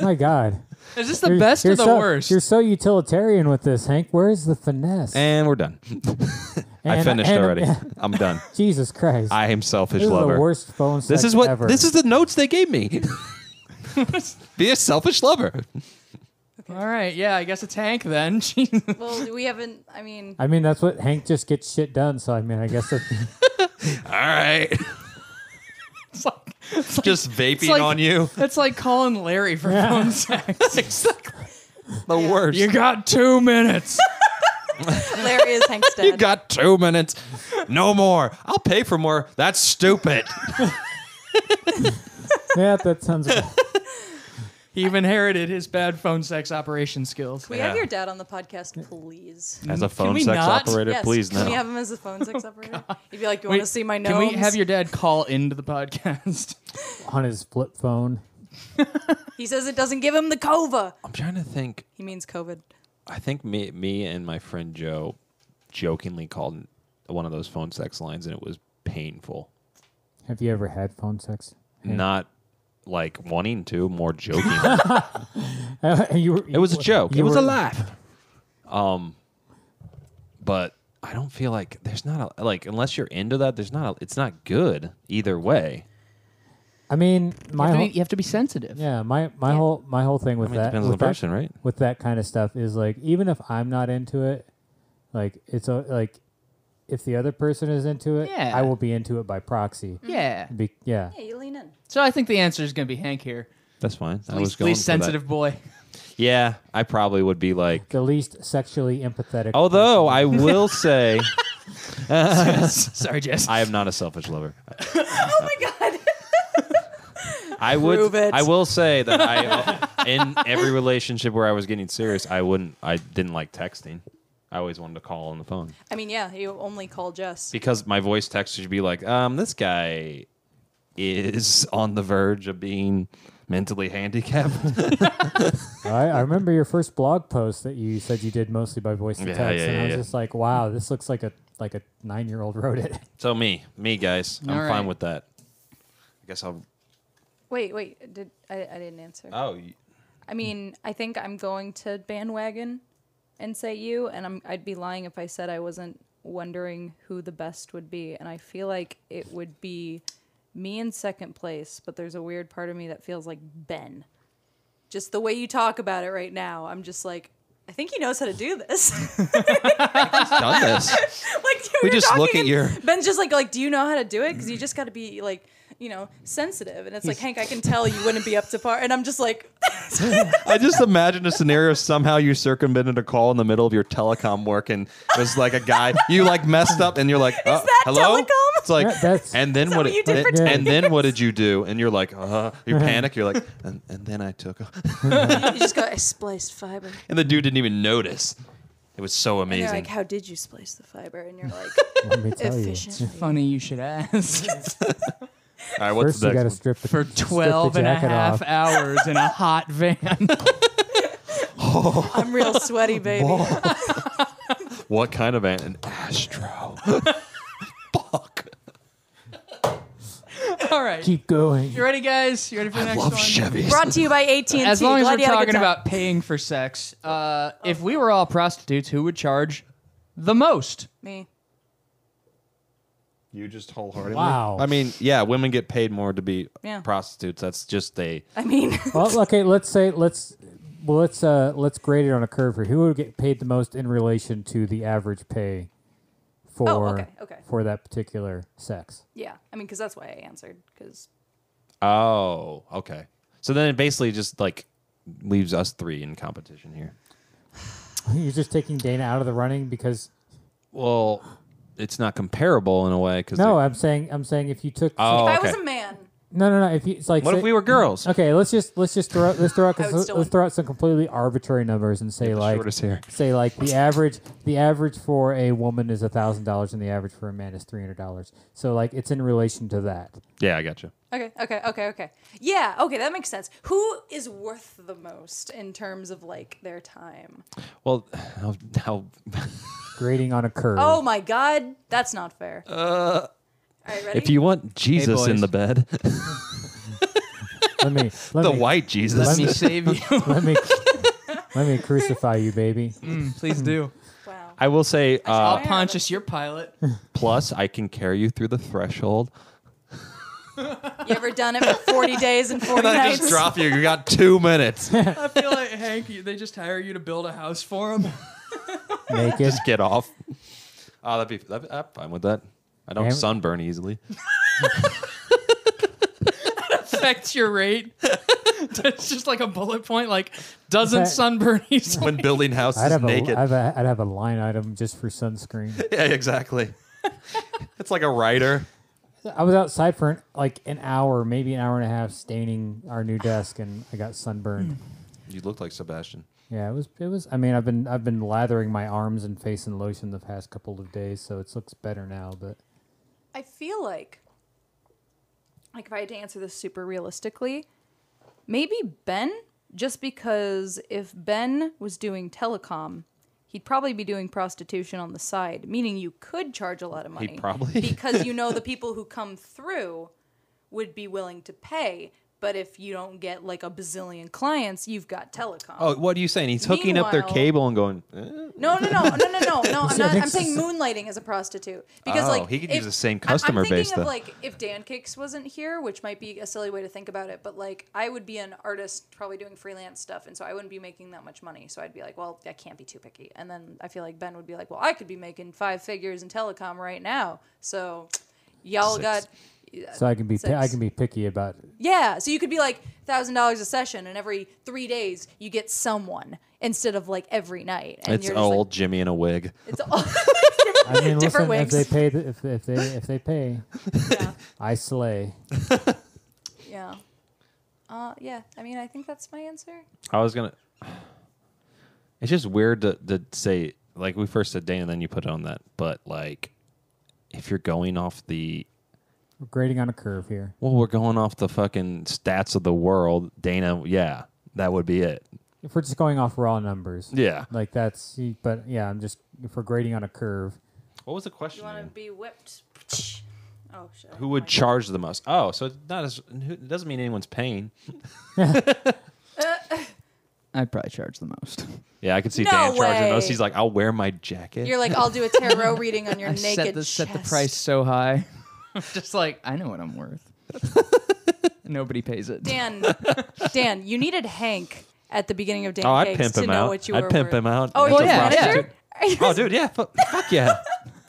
Speaker 4: My God.
Speaker 3: Is this the
Speaker 4: You're-
Speaker 3: best
Speaker 4: you're
Speaker 3: or the
Speaker 4: so-
Speaker 3: worst?
Speaker 4: You're so utilitarian with this, Hank. Where's the finesse?
Speaker 1: And we're done. I
Speaker 4: And-
Speaker 1: finished
Speaker 4: and-
Speaker 1: already. I'm done.
Speaker 4: Jesus Christ.
Speaker 1: I am selfish
Speaker 4: this
Speaker 1: lover.
Speaker 4: is the worst phone
Speaker 1: This
Speaker 4: sex
Speaker 1: is what
Speaker 4: ever.
Speaker 1: this is the notes they gave me. Be a selfish lover.
Speaker 3: All right, yeah, I guess it's Hank then. Jesus.
Speaker 2: Well, we haven't. I mean,
Speaker 4: I mean, that's what Hank just gets shit done. So I mean, I guess that-
Speaker 1: All right.
Speaker 3: it's like it's like,
Speaker 1: Just vaping
Speaker 3: like-
Speaker 1: on you.
Speaker 3: it's like calling Larry for
Speaker 4: Yeah.
Speaker 3: phone sex.
Speaker 1: The worst.
Speaker 3: You got two minutes.
Speaker 2: Larry is Hank's dad.
Speaker 1: You got two minutes. No more. I'll pay for more. That's stupid.
Speaker 4: yeah, that sounds.
Speaker 3: he inherited his bad phone sex operation skills.
Speaker 2: Can we
Speaker 1: Yeah.
Speaker 2: have your dad on the podcast, please?
Speaker 1: As a
Speaker 3: phone we sex not? operator,
Speaker 2: yes. Can we have him as a phone sex operator? You'd be like, you want
Speaker 3: Oh, Wait,
Speaker 2: to see my
Speaker 3: Can
Speaker 2: gnomes?
Speaker 3: we have your dad call into the podcast?
Speaker 4: on his flip phone.
Speaker 2: He says it doesn't give him the cova.
Speaker 1: I'm trying to think.
Speaker 2: He means COVID.
Speaker 1: I think me, me and my friend Joe jokingly called one of those phone sex lines, and it was painful.
Speaker 4: Have you ever had phone sex?
Speaker 3: Hmm.
Speaker 1: Not like wanting to, more joking.
Speaker 4: you were,
Speaker 1: It was a joke.
Speaker 4: you
Speaker 1: it was
Speaker 4: were-
Speaker 1: a laugh. Um, but I don't feel like there's not a like unless you're into that. There's not. A, it's not good either way.
Speaker 4: I mean, my whole,
Speaker 3: you have to be sensitive.
Speaker 4: yeah, my my whole my whole thing
Speaker 1: I
Speaker 4: with
Speaker 1: mean, it
Speaker 4: that
Speaker 1: depends on
Speaker 4: with
Speaker 1: the
Speaker 4: that-
Speaker 1: person, right?
Speaker 4: with that kind of stuff is like even if I'm not into it, like it's a, like if the other person is into it,
Speaker 3: Yeah. Mm.
Speaker 4: I will be into it by proxy.
Speaker 2: Mm.
Speaker 3: Yeah.
Speaker 4: Be, yeah,
Speaker 2: Yeah, you lean in.
Speaker 3: So I think the answer is going to be Hank here.
Speaker 1: That's fine. I was
Speaker 3: Least,
Speaker 1: going
Speaker 3: least
Speaker 1: for that.
Speaker 3: sensitive boy.
Speaker 1: Yeah, I probably would be like.
Speaker 4: the least sexually empathetic.
Speaker 1: Although I will say,
Speaker 3: Sorry, Jess.
Speaker 1: I am not a selfish lover.
Speaker 2: Oh my God.
Speaker 1: I would.
Speaker 2: Prove it.
Speaker 1: I will say that I, in every relationship where I was getting serious, I wouldn't. I didn't like texting. I always wanted to call on the phone.
Speaker 2: I mean, yeah, you only call Jess.
Speaker 1: because my voice text should be like, um, this guy is on the verge of being mentally handicapped.
Speaker 4: I, I remember your first blog post that you said you did mostly by voice to
Speaker 1: Yeah,
Speaker 4: text,
Speaker 1: yeah,
Speaker 4: and I
Speaker 1: yeah,
Speaker 4: was
Speaker 1: yeah.
Speaker 4: just like, wow, this looks like a like a nine year old wrote it.
Speaker 1: so me, me guys, I'm
Speaker 3: All right.
Speaker 1: fine with that. I guess I'll.
Speaker 2: Wait, wait. Did I, I didn't answer.
Speaker 1: Oh,
Speaker 2: I mean, I think I'm going to bandwagon and say you, and I'm, I'd be lying if I said I wasn't wondering who the best would be. And I feel like it would be me in second place, but there's a weird part of me that feels like Ben. Just the way you talk about it right now, I'm just like, I think he knows how to do this.
Speaker 1: done this.
Speaker 2: like
Speaker 1: We
Speaker 2: you're
Speaker 1: just look at
Speaker 2: talking and
Speaker 1: your-
Speaker 2: Ben's just like, like, do you know how to do it? Because you just got to be like, you know, sensitive. And it's like, Hank, I can tell you wouldn't be up to par. And I'm just like,
Speaker 1: I just imagine a scenario if somehow you circumvented a call in the middle of your telecom work and it was like a guy you like messed up and you're like, uh,
Speaker 2: that
Speaker 1: hello?
Speaker 2: telecom?
Speaker 1: It's like,
Speaker 4: Yeah, that's-
Speaker 1: and then what?
Speaker 2: what you
Speaker 1: It,
Speaker 2: did
Speaker 1: and-
Speaker 2: for
Speaker 4: ten
Speaker 1: and then what did you do? And you're like, uh, you
Speaker 4: Uh-huh.
Speaker 1: panic. You're like, and, and then I took, a-"
Speaker 2: you just go, I spliced fiber.
Speaker 1: and the dude didn't even notice. It was so
Speaker 2: And they're
Speaker 1: amazing.
Speaker 2: like, how did you splice the fiber? And you're like,
Speaker 4: Let me tell you.
Speaker 2: efficiently.
Speaker 3: Funny you should ask.
Speaker 1: All right, what's
Speaker 4: First, you
Speaker 1: the
Speaker 4: got to
Speaker 1: next
Speaker 4: strip the
Speaker 3: For
Speaker 4: strip the
Speaker 3: 12 and a
Speaker 4: jacket
Speaker 3: half
Speaker 4: off.
Speaker 3: hours in a hot van.
Speaker 2: I'm real sweaty, baby.
Speaker 1: one? What kind of an, an Astro? Fuck.
Speaker 3: All right.
Speaker 4: Keep going.
Speaker 3: You ready, guys? You ready for the
Speaker 1: I
Speaker 3: next
Speaker 1: love
Speaker 3: one?
Speaker 1: Chevys.
Speaker 2: Brought to you by AT&T.
Speaker 3: As long as
Speaker 2: Glad
Speaker 3: we're
Speaker 2: you had a good
Speaker 3: talking
Speaker 2: time. Oh.
Speaker 3: about paying for sex, uh, if we were all prostitutes, who would charge the most?
Speaker 2: me.
Speaker 1: You just wholeheartedly.
Speaker 4: Wow.
Speaker 1: I mean, yeah, women get paid more to be
Speaker 2: Yeah.
Speaker 1: prostitutes. That's just a.
Speaker 2: I mean,
Speaker 4: well, okay, let's say let's well, let's uh let's grade it on a curve here. Who would get paid the most in relation to the average pay for
Speaker 2: Oh, okay, okay.
Speaker 4: for that particular sex?
Speaker 2: yeah. I mean, because that's why I answered. Because
Speaker 1: Oh, okay. So then it basically just like leaves us three in competition here.
Speaker 4: You're just taking Dana out of the running because
Speaker 1: Well, it's not comparable in a way because
Speaker 4: no, I'm saying I'm saying if you took
Speaker 1: Oh,
Speaker 2: if I was
Speaker 1: okay.
Speaker 2: a man,
Speaker 4: no no no if you it's like
Speaker 1: What
Speaker 4: say-
Speaker 1: if we were girls?
Speaker 4: okay let's just let's just throw out let's throw out
Speaker 2: I would
Speaker 4: let's,
Speaker 2: still
Speaker 4: let's
Speaker 2: win.
Speaker 4: throw out some completely arbitrary numbers and say
Speaker 1: The
Speaker 4: like
Speaker 1: shortest hair.
Speaker 4: say like the average the average for a woman is thousand dollars and the average for a man is three hundred dollars. So like it's in relation to that.
Speaker 1: Yeah, I got you.
Speaker 2: Okay, okay, okay, okay. Yeah, okay, that makes sense. Who is worth the most in terms of like their time?
Speaker 1: Well, how, how
Speaker 4: Grading on a curve.
Speaker 2: Oh my god, that's not fair. Uh, All right, ready?
Speaker 1: if you want Jesus in
Speaker 3: boys.
Speaker 1: the bed,
Speaker 4: let me let
Speaker 1: the
Speaker 4: me,
Speaker 1: white Jesus.
Speaker 4: Let
Speaker 3: Let
Speaker 4: me
Speaker 3: me save you.
Speaker 4: let me let me crucify you, baby.
Speaker 3: Please do.
Speaker 2: wow.
Speaker 1: I will say, uh,
Speaker 2: saw
Speaker 3: I'll
Speaker 2: Yeah,
Speaker 3: Pontius, your pilot.
Speaker 1: plus I can carry you through the threshold.
Speaker 2: You ever done it for 40 days and 40 nights?
Speaker 1: you. You got two minutes.
Speaker 3: I feel like, Hank, you- they just hire you to build a house for them.
Speaker 4: Naked.
Speaker 1: just get off. Oh, that'd be. That'd, be- I'm fine with that. I don't
Speaker 4: Damn it.
Speaker 1: sunburn easily.
Speaker 3: Affects your rate. It's just like a bullet point, like, doesn't
Speaker 4: Okay.
Speaker 3: sunburn easily.
Speaker 1: When building
Speaker 4: I'd
Speaker 1: houses
Speaker 4: have, a,
Speaker 1: naked.
Speaker 4: I'd, have a, I'd have a line item just for sunscreen.
Speaker 1: Yeah, exactly. it's like a writer.
Speaker 4: I was outside for an, like an hour, maybe an hour and a half, staining our new desk, and I got sunburned.
Speaker 1: You look like Sebastian.
Speaker 4: Yeah, it was. It was. I mean, I've been I've been lathering my arms and face in lotion the past couple of days, so it looks better now. But
Speaker 2: I feel like like if I had to answer this super realistically, maybe Ben just because if Ben was doing telecom, he'd probably be doing prostitution on the side, meaning you could charge a lot of money.
Speaker 1: probably-
Speaker 2: because you know the people who come through would be willing to pay, but if you don't get like a bazillion clients, you've got telecom.
Speaker 1: Oh, what are you saying? He's hooking up their
Speaker 2: Meanwhile-
Speaker 1: cable and going. eh?
Speaker 2: No, no, no, no, no, no, no. I'm, not, I'm
Speaker 4: thanks.
Speaker 2: saying moonlighting as a prostitute because
Speaker 1: Oh,
Speaker 2: like
Speaker 1: he could
Speaker 2: if-
Speaker 1: use the same
Speaker 2: I-
Speaker 1: customer
Speaker 2: I'm thinking
Speaker 1: base,
Speaker 2: of
Speaker 1: though.
Speaker 2: like if Dan Kicks wasn't here, which might be a silly way to think about it, but like I would be an artist, probably doing freelance stuff, and so I wouldn't be making that much money. So I'd be like, well, I can't be too picky. And then I feel like Ben would be like, well, I could be making five figures in telecom right now. So y'all
Speaker 1: Six.
Speaker 2: got
Speaker 4: so I can be I
Speaker 2: Six.
Speaker 4: can be picky about
Speaker 2: yeah. So you could be like thousand dollars a session, and every three days you get someone instead of like every night. And
Speaker 1: It's
Speaker 2: you're just
Speaker 1: old Jimmy in a wig.
Speaker 2: Like, it's all.
Speaker 4: I mean,
Speaker 2: Different
Speaker 4: listen, if they
Speaker 2: wigs.
Speaker 4: pay, the, if, if they if they pay,
Speaker 2: yeah.
Speaker 4: I slay.
Speaker 2: Yeah. Uh, yeah. I mean, I think that's my answer.
Speaker 1: I was gonna. It's just weird to, to say like we first said Dan, and then you put it on that. But like, if you're going off the
Speaker 4: We're grading on a curve here.
Speaker 1: well, we're going off the fucking stats of the world. Dana, yeah, that would be it.
Speaker 4: If we're just going off raw numbers,
Speaker 1: Yeah.
Speaker 4: like that's. But yeah, I'm just if we're grading on a curve.
Speaker 1: What was the question? again?
Speaker 2: be whipped? Oh shit.
Speaker 1: Who would charge the most? Oh, so it's not as who- it doesn't mean anyone's paying.
Speaker 3: I'd probably charge the most.
Speaker 1: Yeah, I could see
Speaker 2: No
Speaker 1: Dan charging us.
Speaker 2: way.
Speaker 1: He's like, I'll wear my jacket.
Speaker 2: You're like, I'll do a tarot reading on your
Speaker 3: I
Speaker 2: naked
Speaker 3: set the, set the
Speaker 2: chest.
Speaker 3: price so high. just like, I know what I'm worth. Nobody pays it.
Speaker 2: Dan, Dan, you needed Hank at the beginning of Dan
Speaker 1: Oh, I'd
Speaker 2: Cakes
Speaker 1: pimp
Speaker 2: to
Speaker 1: him
Speaker 2: know
Speaker 1: out.
Speaker 2: what you
Speaker 1: I'd
Speaker 2: were
Speaker 1: pimp
Speaker 2: worth.
Speaker 1: him out.
Speaker 2: Oh,
Speaker 1: That's
Speaker 2: you're
Speaker 1: a
Speaker 2: yeah,
Speaker 3: prostitute.
Speaker 2: manager? Are you
Speaker 1: Oh, dude, yeah, fu- fuck yeah.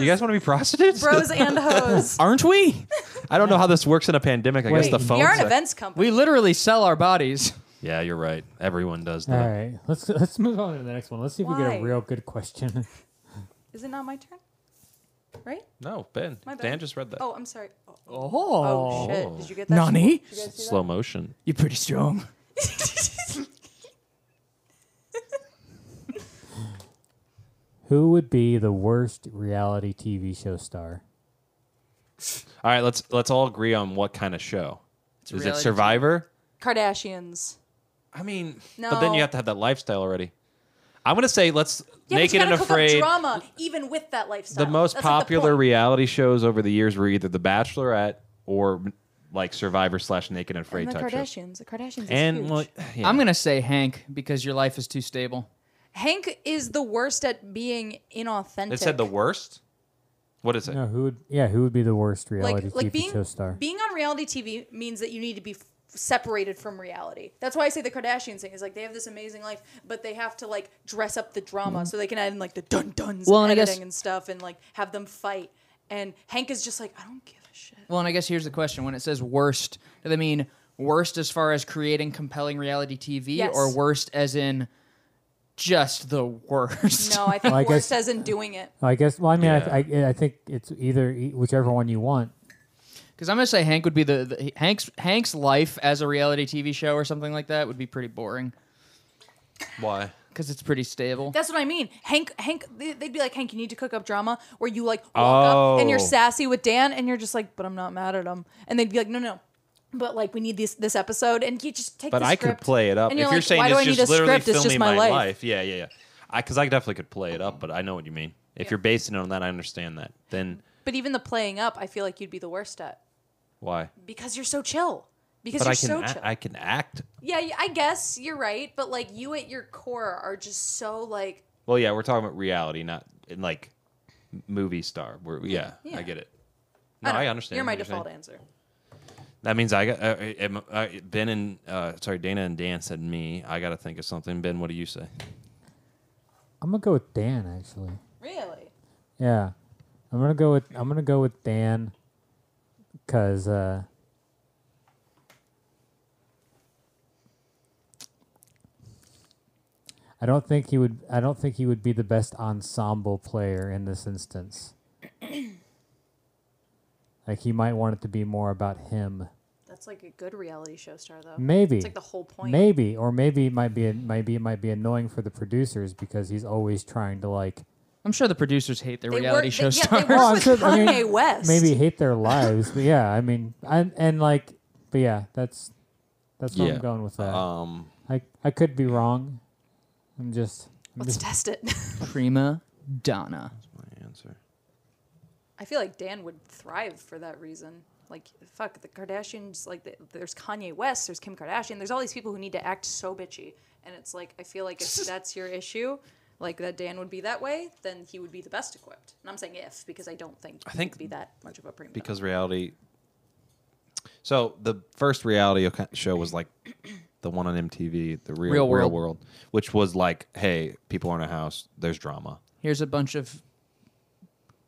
Speaker 1: You guys want to be prostitutes?
Speaker 2: bros and hoes.
Speaker 3: Aren't we?
Speaker 1: I don't know how this works in a pandemic. I guess
Speaker 4: Wait,
Speaker 1: the
Speaker 4: we
Speaker 1: phone.
Speaker 2: We are an events company.
Speaker 3: We literally sell our bodies.
Speaker 1: Yeah, you're right. Everyone does
Speaker 4: All
Speaker 1: that.
Speaker 4: right, let's let's move on to the next one. Let's see if we get
Speaker 2: Why?
Speaker 4: a real good question.
Speaker 2: Is it not my turn? Right?
Speaker 1: No, Ben.
Speaker 2: My bad.
Speaker 1: Dan just read that.
Speaker 2: Oh, I'm sorry. Oh,
Speaker 3: Oh,
Speaker 2: oh, shit! Did you get that?
Speaker 3: Nani?
Speaker 2: Did you guys see that?
Speaker 1: Slow motion.
Speaker 3: You're pretty strong.
Speaker 4: Who would be the worst reality TV show star?
Speaker 1: All right, let's let's all agree on what kind of show. Is it
Speaker 3: reality
Speaker 1: Survivor?
Speaker 2: Kardashians.
Speaker 1: I mean, but then you
Speaker 2: No.
Speaker 1: have to have that lifestyle already. I'm gonna say let's
Speaker 2: Yeah,
Speaker 1: naked
Speaker 2: but you
Speaker 1: and
Speaker 2: gotta cook
Speaker 1: afraid.
Speaker 2: Up drama, even with that lifestyle.
Speaker 1: The most
Speaker 2: That's, like, the
Speaker 1: popular
Speaker 2: point.
Speaker 1: reality shows over the years were either The Bachelorette or like Survivor slash Naked and Afraid
Speaker 2: and the
Speaker 1: type shows.
Speaker 2: Kardashians. The Kardashians. Is
Speaker 1: And
Speaker 2: huge.
Speaker 1: well, yeah.
Speaker 3: I'm gonna say Hank because your life is too stable.
Speaker 2: Hank is the worst at being inauthentic.
Speaker 1: it said the worst. What is it?
Speaker 4: No, who would? Yeah, who would be the worst reality
Speaker 2: like like
Speaker 4: TV
Speaker 2: being
Speaker 4: show star?
Speaker 2: being on reality TV means that you need to be f- separated from reality. That's why I say the Kardashian thing is like they have this amazing life, but they have to like dress up the drama
Speaker 4: Mm-hmm.
Speaker 2: so they can add in like the dun duns
Speaker 3: Well,
Speaker 2: and
Speaker 3: and I guess-
Speaker 2: editing and stuff and like have them fight. And Hank is just like I don't give a shit.
Speaker 3: Well, and I guess here's the question: When it says worst, do they mean worst as far as creating compelling reality TV,
Speaker 2: Yes.
Speaker 3: or worst as in just the worst?
Speaker 2: No, I think
Speaker 4: Well, I
Speaker 2: worst
Speaker 4: guess-
Speaker 2: as in doing it.
Speaker 4: I guess. Well, I mean,
Speaker 1: Yeah.
Speaker 4: I, I, I think it's either e- whichever one you want.
Speaker 3: Because I'm gonna say Hank would be the, the Hank's Hank's life as a reality TV show or something like that would be pretty boring
Speaker 1: Why?
Speaker 3: because it's pretty stable.
Speaker 2: That's what I mean. Hank, Hank, they- they'd be like, Hank, you need to cook up drama where you like walk up and you're
Speaker 1: Oh.
Speaker 2: sassy with Dan, and you're just like, but I'm not mad at him. And they'd be like, no, no, but like we need this this episode, and you just take.
Speaker 1: But
Speaker 2: the
Speaker 1: I could
Speaker 2: script.
Speaker 1: play it up.
Speaker 2: And
Speaker 1: if
Speaker 2: you're
Speaker 1: you're
Speaker 2: like,
Speaker 1: saying
Speaker 2: why do
Speaker 1: it's
Speaker 2: I need
Speaker 1: just
Speaker 2: a
Speaker 1: literally
Speaker 2: script? It's
Speaker 1: filming
Speaker 2: just my life.
Speaker 1: yeah, yeah, yeah. Because I, definitely could play it up, but I know what you mean. If you're basing it on that, I understand that. Then
Speaker 2: But even the playing up, I feel like you'd be the worst at
Speaker 1: why?
Speaker 2: because you're so chill. Because
Speaker 1: But
Speaker 2: you're
Speaker 1: I can
Speaker 2: so
Speaker 1: act-
Speaker 2: chill.
Speaker 1: I can act.
Speaker 2: yeah, y- I guess you're right. But like you at your core are just so like
Speaker 1: Well, yeah, we're talking about reality, not in like m- movie star. We're, yeah,
Speaker 2: Yeah.
Speaker 1: I get it. No,
Speaker 2: don't
Speaker 1: I,
Speaker 2: know.
Speaker 1: understand.
Speaker 2: You're my
Speaker 1: what saying.
Speaker 2: default answer.
Speaker 1: That means I got uh, uh, am- uh, Ben and uh, sorry Dana and Dan said me. I got to think of something. Ben, what do you say?
Speaker 4: I'm gonna go with Dan actually.
Speaker 2: Really?
Speaker 4: Yeah, I'm gonna go with I'm gonna go with Dan, cause uh, I don't think he would. I don't think he would be the best ensemble player in this instance. like he might want it to be more about him.
Speaker 2: That's like a good reality show star though.
Speaker 4: Maybe.
Speaker 2: It's like the whole point.
Speaker 4: Maybe, or maybe it might be maybe it might be annoying for the producers because he's always trying to like
Speaker 3: I'm sure the producers hate their
Speaker 2: They
Speaker 3: reality
Speaker 2: work-
Speaker 3: show
Speaker 2: they- yeah, they
Speaker 3: stars.
Speaker 2: work-
Speaker 4: Oh, I'm
Speaker 2: with
Speaker 4: sure- I mean,
Speaker 2: Kanye West.
Speaker 4: Maybe hate their lives, but yeah, I mean, I, and like, but yeah, that's that's where
Speaker 1: Yeah.
Speaker 4: I'm going with that.
Speaker 1: Um,
Speaker 4: I I could be wrong. I'm just I'm
Speaker 2: Let's
Speaker 4: just
Speaker 2: test it.
Speaker 3: Prima Donna.
Speaker 1: my answer.
Speaker 2: I feel like Dan would thrive for that reason. Like, fuck, the Kardashians, like, the, there's Kanye West, there's Kim Kardashian, there's all these people who need to act so bitchy. And it's like, I feel like if that's your issue, like, that Dan would be that way, then he would be the best equipped. And I'm saying if, because I don't think I
Speaker 1: think
Speaker 2: he'd be that much of a premium.
Speaker 1: because reality. So the first reality oca- show was like the one on MTV, the real, real
Speaker 3: Real World.
Speaker 1: world. which was like, hey, people are in a house, there's drama.
Speaker 3: Here's a bunch of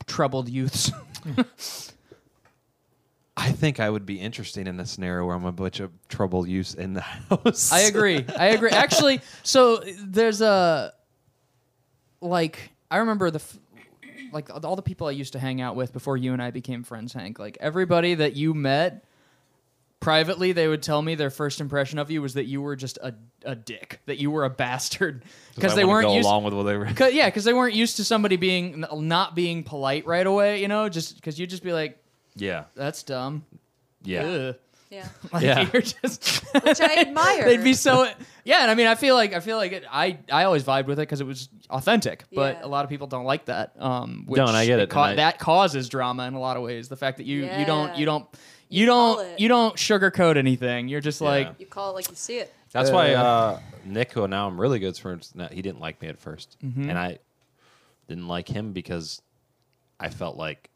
Speaker 3: troubled youths.
Speaker 1: I think I would be interesting in a scenario where I'm a bunch of trouble use in the house.
Speaker 3: I agree. I agree. Actually, so there's a like I remember the f- like all the people I used to hang out with before you and I became friends, Hank. Like everybody that you met privately, they would tell me their first impression of you was that you were just a a dick, that you were a bastard because
Speaker 1: I
Speaker 3: they
Speaker 1: wouldn't
Speaker 3: weren't
Speaker 1: go
Speaker 3: used.
Speaker 1: along with what they were.
Speaker 3: Cause, yeah, because they weren't used to somebody being n- not being polite right away. You know, just because you'd just be like,
Speaker 1: Yeah,
Speaker 3: "That's dumb."
Speaker 1: yeah.
Speaker 3: Ugh."
Speaker 2: yeah.
Speaker 3: Like,
Speaker 1: Yeah.
Speaker 3: you're just
Speaker 2: Which I admire.
Speaker 3: They'd be so yeah, and I mean, I feel like I feel like it, I I always vibed with it because it was authentic, but
Speaker 2: Yeah.
Speaker 3: a lot of people don't like that. Um, which
Speaker 1: No, and I get it,
Speaker 3: ca-
Speaker 1: and I-
Speaker 3: that causes drama in a lot of ways. The fact that you you don't
Speaker 2: Yeah.
Speaker 3: you don't you
Speaker 2: call
Speaker 3: don't
Speaker 2: it.
Speaker 3: you don't sugarcoat anything. You're just like
Speaker 1: Yeah.
Speaker 2: You call it like you see it.
Speaker 1: That's why uh, Nick, who now I'm really good friends, no, he didn't like me at 1st
Speaker 3: Mm-hmm.
Speaker 1: and I didn't like him because I felt like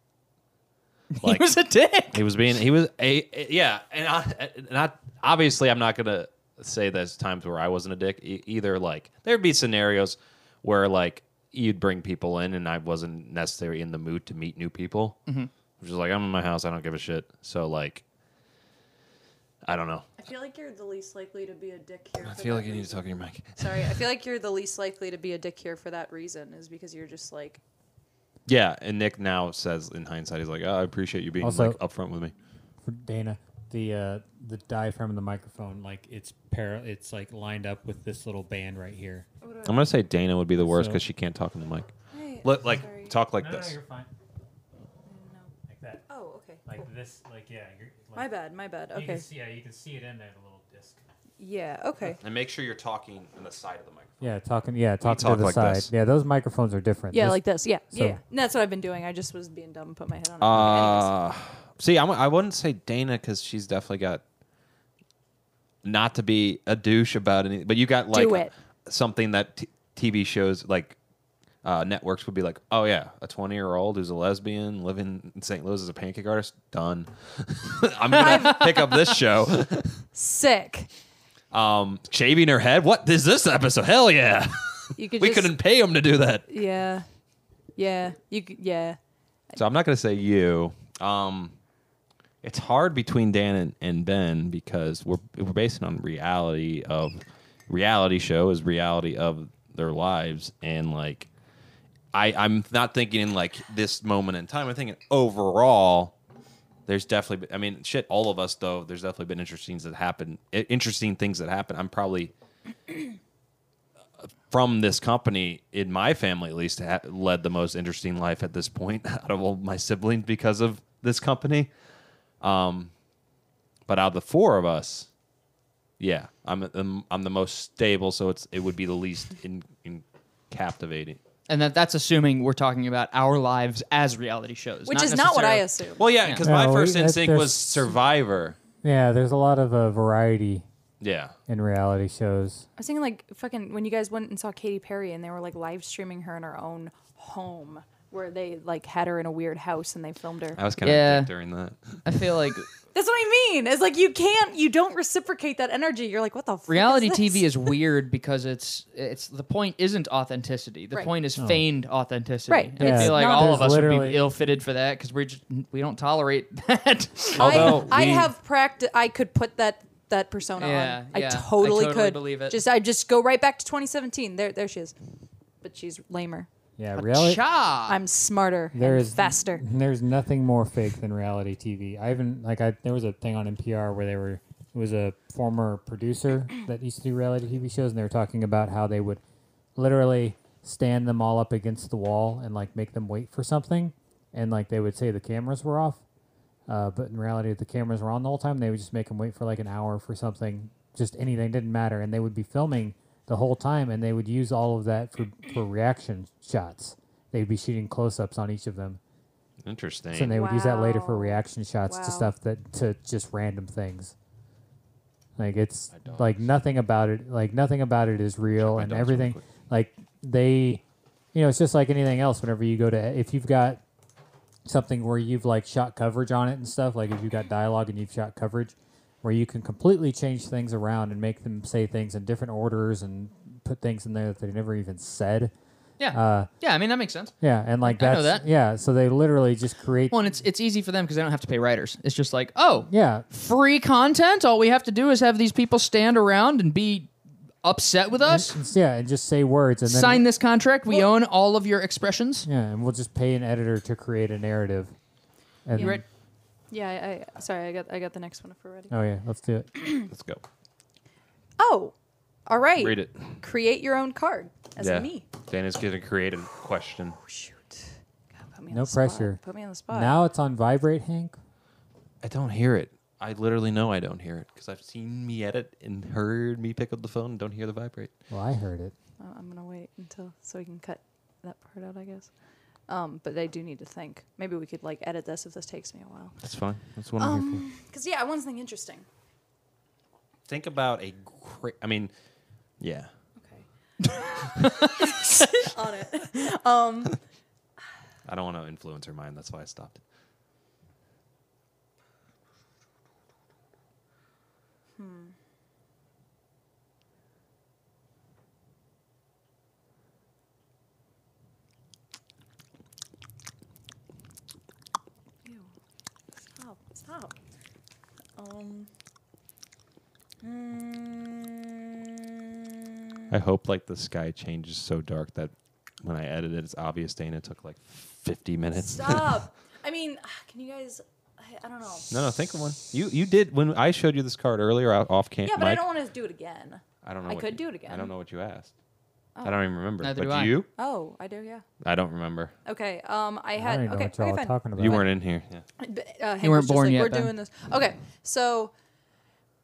Speaker 1: like
Speaker 3: he was a dick.
Speaker 1: He was being he was a, a- yeah, and I not obviously I'm not gonna say there's times where I wasn't a dick e- either. Like there'd be scenarios
Speaker 3: Mm-hmm.
Speaker 1: where like you'd bring people in and I wasn't necessarily in the mood to meet new people, which is like I'm in my house, I don't give a shit. So like, I don't know.
Speaker 2: I feel like you're the least likely to be a dick here.
Speaker 1: I feel like you need to talk to your mic.
Speaker 2: Sorry, I feel like you're the least likely to be a dick here for that reason, is because you're just like,
Speaker 1: Yeah, and Nick now says in hindsight, he's like, oh, I appreciate you being
Speaker 4: Also-
Speaker 1: like upfront with me.
Speaker 4: for Dana. The uh, the diaphragm of the microphone,
Speaker 5: Like it's para- it's like lined up with this little band right here.
Speaker 1: I'm gonna say Dana would be the worst
Speaker 4: So-
Speaker 1: because she can't talk in the mic. Look, like talk like this.
Speaker 5: fine. Like that.
Speaker 2: Oh, okay.
Speaker 5: this. Like yeah. You're,
Speaker 2: My bad, my bad. Okay.
Speaker 5: yeah, you can see it in there, the little disc.
Speaker 2: Yeah, okay.
Speaker 1: and make sure you're talking on the side of the microphone.
Speaker 4: yeah, talking, yeah, talking
Speaker 1: talk
Speaker 4: to the
Speaker 1: like
Speaker 4: side.
Speaker 1: this.
Speaker 4: Yeah, those microphones are different.
Speaker 2: Yeah,
Speaker 4: This-
Speaker 2: like this. Yeah,
Speaker 4: so-
Speaker 2: yeah. And that's what I've been doing. I just was being dumb, put my head on. it. Anyways.
Speaker 1: Uh, see, I'm, I wouldn't say Dana because she's definitely got not to be a douche about anything, but you got like
Speaker 2: Do it.
Speaker 1: something that t- TV shows like uh, networks would be like, oh yeah, a 20 year old who's a lesbian living in St. Louis as a pancake artist, done. I'm gonna pick up this show.
Speaker 2: sick.
Speaker 1: Um, shaving her head. What is this episode? Hell yeah,
Speaker 2: You could
Speaker 1: we
Speaker 2: just,
Speaker 1: couldn't pay him to do that.
Speaker 2: Yeah, yeah. You could, yeah.
Speaker 1: So I'm not going to say you. Um, it's hard between Dan and, and Ben because we're we're basing on reality of reality show is reality of their lives and like I I'm not thinking in like this moment in time. I'm thinking overall. There's definitely, been- I mean, shit. All of us though. There's definitely been interesting that happen. i- Interesting things that happen. I'm probably from this company in my family at least ha- led the most interesting life at this point out of all my siblings because of this company um but out of the four of us yeah i'm i'm, I'm the most stable so it's it would be the least in, in captivating
Speaker 3: and that that's assuming we're talking about our lives as reality shows,
Speaker 2: Which is not what I
Speaker 3: necessarily-
Speaker 2: assume.
Speaker 1: well yeah because
Speaker 4: Yeah.
Speaker 1: my
Speaker 4: No,
Speaker 1: first
Speaker 4: we- that-
Speaker 1: instinct
Speaker 4: there's-
Speaker 1: was survivor
Speaker 4: yeah, there's a lot of uh, variety
Speaker 1: yeah
Speaker 4: in reality shows.
Speaker 2: I was thinking like fucking when you guys went and saw Katy Perry and they were like live streaming her in her own home where they like had her in a weird house and they filmed her.
Speaker 1: i was kind of
Speaker 3: Yeah.
Speaker 1: during that
Speaker 3: I feel like
Speaker 2: That's what I mean. It's like you can't, you don't reciprocate that energy. You're like, what the fuck
Speaker 3: reality
Speaker 2: is this?
Speaker 3: TV is weird because it's it's the point isn't authenticity. The
Speaker 2: Right.
Speaker 3: point is feigned authenticity.
Speaker 2: Right.
Speaker 3: And
Speaker 4: Oh. Yeah,
Speaker 3: I feel like
Speaker 2: not-
Speaker 3: all of
Speaker 4: There's
Speaker 3: us would
Speaker 4: literally-
Speaker 3: be ill-fitted for that because we just we don't tolerate that.
Speaker 1: Although
Speaker 2: I, I
Speaker 1: we-
Speaker 2: have practiced. I could put that that persona
Speaker 3: Yeah,
Speaker 2: on. I,
Speaker 3: yeah. I
Speaker 2: totally
Speaker 3: totally
Speaker 2: could.
Speaker 3: believe it.
Speaker 2: Just I just go right back to 2017. There, there she is. But she's lamer.
Speaker 4: Yeah, reality.
Speaker 3: Cha.
Speaker 2: I'm smarter.
Speaker 4: There
Speaker 2: and
Speaker 4: is-
Speaker 2: faster.
Speaker 4: There's nothing more fake than reality TV. I even like I there was a thing on NPR where they were it was a former producer that used to do reality TV shows and they were talking about how they would literally stand them all up against the wall and like make them wait for something and like they would say the cameras were off. Uh, but in reality, the cameras were on the whole time. They would just make them wait for like an hour for something, just anything didn't matter, and they would be filming the whole time, and they would use all of that for, for reaction shots. They'd be shooting close-ups on each of them,
Speaker 1: interesting
Speaker 4: so they would use that later for
Speaker 2: Wow.
Speaker 4: reaction shots
Speaker 2: Wow.
Speaker 4: to stuff that to just random things. Like it's like nothing about it. Like nothing about it is real,
Speaker 1: my
Speaker 4: and
Speaker 1: dogs real
Speaker 4: everything.
Speaker 1: quick.
Speaker 4: Like they, you know, it's just like anything else. Whenever you go to, if you've got something where you've like shot coverage on it and stuff, like if you've got dialogue and you've shot coverage, where you can completely change things around and make them say things in different orders and put things in there that they never even said.
Speaker 3: yeah.
Speaker 4: Uh,
Speaker 3: yeah. I mean that makes sense.
Speaker 4: yeah, and like
Speaker 3: I
Speaker 4: that's
Speaker 3: know that.
Speaker 4: yeah. So they literally just create.
Speaker 3: Well, and it's it's easy for them because they don't have to pay writers. It's just like oh
Speaker 4: yeah,
Speaker 3: free content. All we have to do is have these people stand around and be upset with us.
Speaker 4: It's- yeah, and just say words and then
Speaker 3: Sign this contract. We own all of your expressions.
Speaker 4: Yeah, and we'll just pay an editor to create a narrative. And
Speaker 3: Right.
Speaker 2: Yeah. I, I sorry. I got I got the next one if we're ready.
Speaker 4: Oh yeah, let's do it.
Speaker 1: let's go
Speaker 2: Oh, all right.
Speaker 1: read it
Speaker 2: Create your own card as
Speaker 1: yeah
Speaker 2: a me.
Speaker 1: dana's gonna create a question
Speaker 2: Oh, shoot. God, put me on
Speaker 4: No
Speaker 2: the spot.
Speaker 4: pressure.
Speaker 2: Put me on the spot.
Speaker 4: Now it's on vibrate, Hank.
Speaker 1: I don't hear it. I literally know I don't hear it because I've seen me edit and heard me pick up the phone and don't hear the vibrate.
Speaker 4: Well, I heard it.
Speaker 2: Uh, I'm gonna wait until so we can cut that part out, I guess. Um, but I do need to think. Maybe we could like edit this if this takes me a while.
Speaker 1: That's fine. That's what I'm here for.
Speaker 2: Cause yeah, I want something interesting.
Speaker 1: Think about a great. I mean, yeah.
Speaker 2: Okay. On it. Um,
Speaker 1: I don't want to influence her mind. That's why I stopped.
Speaker 2: ew. Stop. Um. mm,
Speaker 1: I hope like the sky changes so dark that when I edit it, it's obvious Dana took like 50 minutes.
Speaker 2: Stop. I mean, can you guys? I, I don't know.
Speaker 1: No, no, think of one. You you did when I showed you this card earlier out off camp.
Speaker 2: Yeah, but I
Speaker 1: Mike,
Speaker 2: don't want to do it again.
Speaker 1: I don't know.
Speaker 2: I
Speaker 1: what
Speaker 2: could
Speaker 1: you-
Speaker 2: do it again.
Speaker 1: I don't know what you asked. I don't even remember.
Speaker 3: Neither
Speaker 1: but
Speaker 3: do I.
Speaker 1: you?
Speaker 2: Oh, I do. Yeah.
Speaker 1: I don't remember.
Speaker 2: Okay. Um, I
Speaker 4: I
Speaker 2: had.
Speaker 4: don't even know
Speaker 2: okay.
Speaker 4: what y'all
Speaker 2: okay.
Speaker 4: are
Speaker 2: Fine.
Speaker 4: talking about.
Speaker 1: You weren't in here. Yeah.
Speaker 2: B- Uh, Hank
Speaker 3: weren't
Speaker 2: was just
Speaker 3: born
Speaker 2: like,
Speaker 3: yet,
Speaker 2: We're
Speaker 3: Ben."
Speaker 2: doing this. Okay, so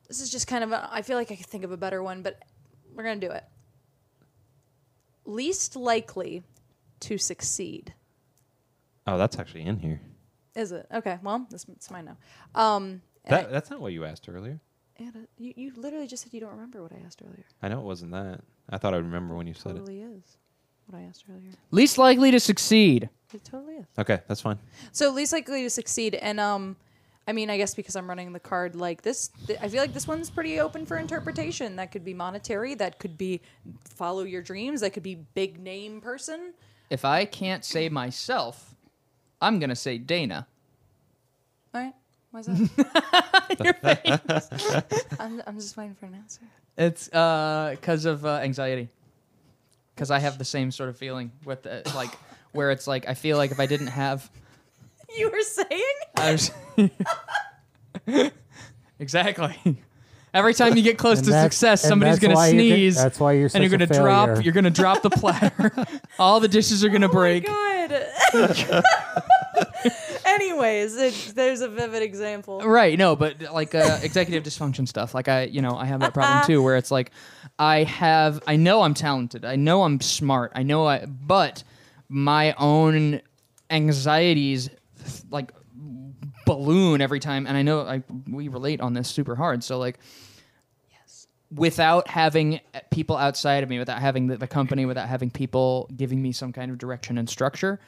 Speaker 2: this is just kind of. A, I feel like I could think of a better one, but we're gonna do it. Least likely to succeed
Speaker 1: Oh, that's actually in here.
Speaker 2: is it? Okay, well, this it's mine now. Um, and
Speaker 1: That, that's not what you asked earlier.
Speaker 2: I- Anna, you, you literally just said you don't remember what I asked earlier.
Speaker 1: I know it wasn't that. I thought I would remember when you said it.
Speaker 2: totally is what I asked earlier.
Speaker 3: Least likely to succeed.
Speaker 2: It totally is.
Speaker 1: Okay, that's fine.
Speaker 2: So least likely to succeed, and um, I mean, I guess because I'm running the card like this, th- I feel like this one's pretty open for interpretation. That could be monetary. That could be follow your dreams. That could be big name person.
Speaker 3: If I can't say myself, I'm gonna say Dana.
Speaker 2: All right. Why's that? I'm, I'm just waiting for an answer.
Speaker 3: It's because of uh, anxiety. Because I have the same sort of feeling with uh, like where it's like I feel like if I didn't have,
Speaker 2: You were saying?
Speaker 3: I was exactly. Every time you get close
Speaker 4: And
Speaker 3: to
Speaker 4: that's-
Speaker 3: success,
Speaker 4: and
Speaker 3: somebody's
Speaker 4: that's
Speaker 3: gonna
Speaker 4: why you're gonna-
Speaker 3: sneeze.
Speaker 4: that's why you're
Speaker 3: and you're
Speaker 4: such
Speaker 3: gonna
Speaker 4: a
Speaker 3: drop.
Speaker 4: failure.
Speaker 3: You're gonna drop the platter. All the dishes are gonna break.
Speaker 2: Oh my god. Anyways, it, there's a vivid example.
Speaker 3: Right, no, but like uh, executive dysfunction stuff. Like I, you know, I have that problem too, where it's like, I have, I know I'm talented, I know I'm smart, I know I, but my own anxieties, like balloon every time, and I know I we relate on this super hard. So like, without having uh, people outside of me, without having the, the company, without having people giving me some kind of direction and structure,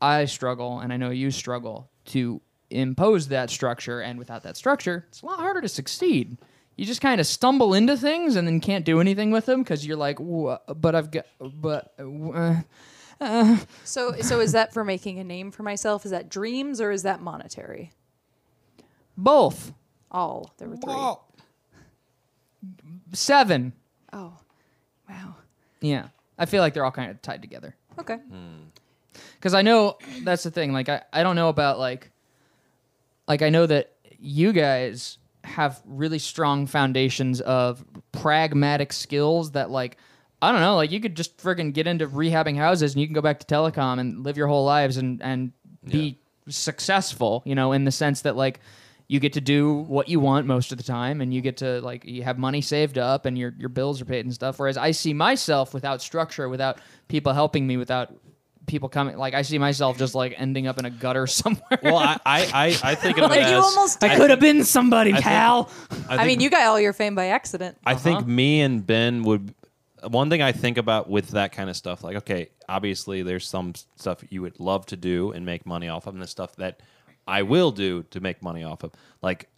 Speaker 3: I struggle, and I know you struggle to impose that structure. And without that structure, it's a lot harder to succeed. You just kind of stumble into things and then can't do anything with them because you're like, "Wha- but I've got, but. Uh,
Speaker 2: So, so is that for making a name for myself? Is that dreams or is that monetary?
Speaker 3: both.
Speaker 2: All there were three.
Speaker 3: Seven.
Speaker 2: Oh, wow.
Speaker 3: Yeah. I feel like they're all kind of tied together.
Speaker 2: Okay.
Speaker 1: Hmm.
Speaker 3: because I know that's the thing. Like I, I don't know about like, like I know that you guys have really strong foundations of pragmatic skills that like I don't know like you could just friggin' get into rehabbing houses and you can go back to telecom and live your whole lives and and be successful you know in the sense that like you get to do what you want most of the time and you get to like you have money saved up and your your bills are paid and stuff whereas I see myself without structure without people helping me without people coming like I see myself just like ending up in a gutter somewhere
Speaker 1: Well, I I, I, I think of it
Speaker 2: Like,
Speaker 1: as
Speaker 2: you almost
Speaker 3: I
Speaker 2: did.
Speaker 3: could have been somebody,
Speaker 1: think-
Speaker 3: pal.
Speaker 1: I,
Speaker 2: I
Speaker 1: think-
Speaker 2: mean, you got all your fame by accident.
Speaker 1: I
Speaker 3: Uh-huh.
Speaker 1: think me and Ben would. One thing I think about with that kind of stuff, like okay, obviously there's some stuff you would love to do and make money off of, and the stuff that I will do to make money off of. Like,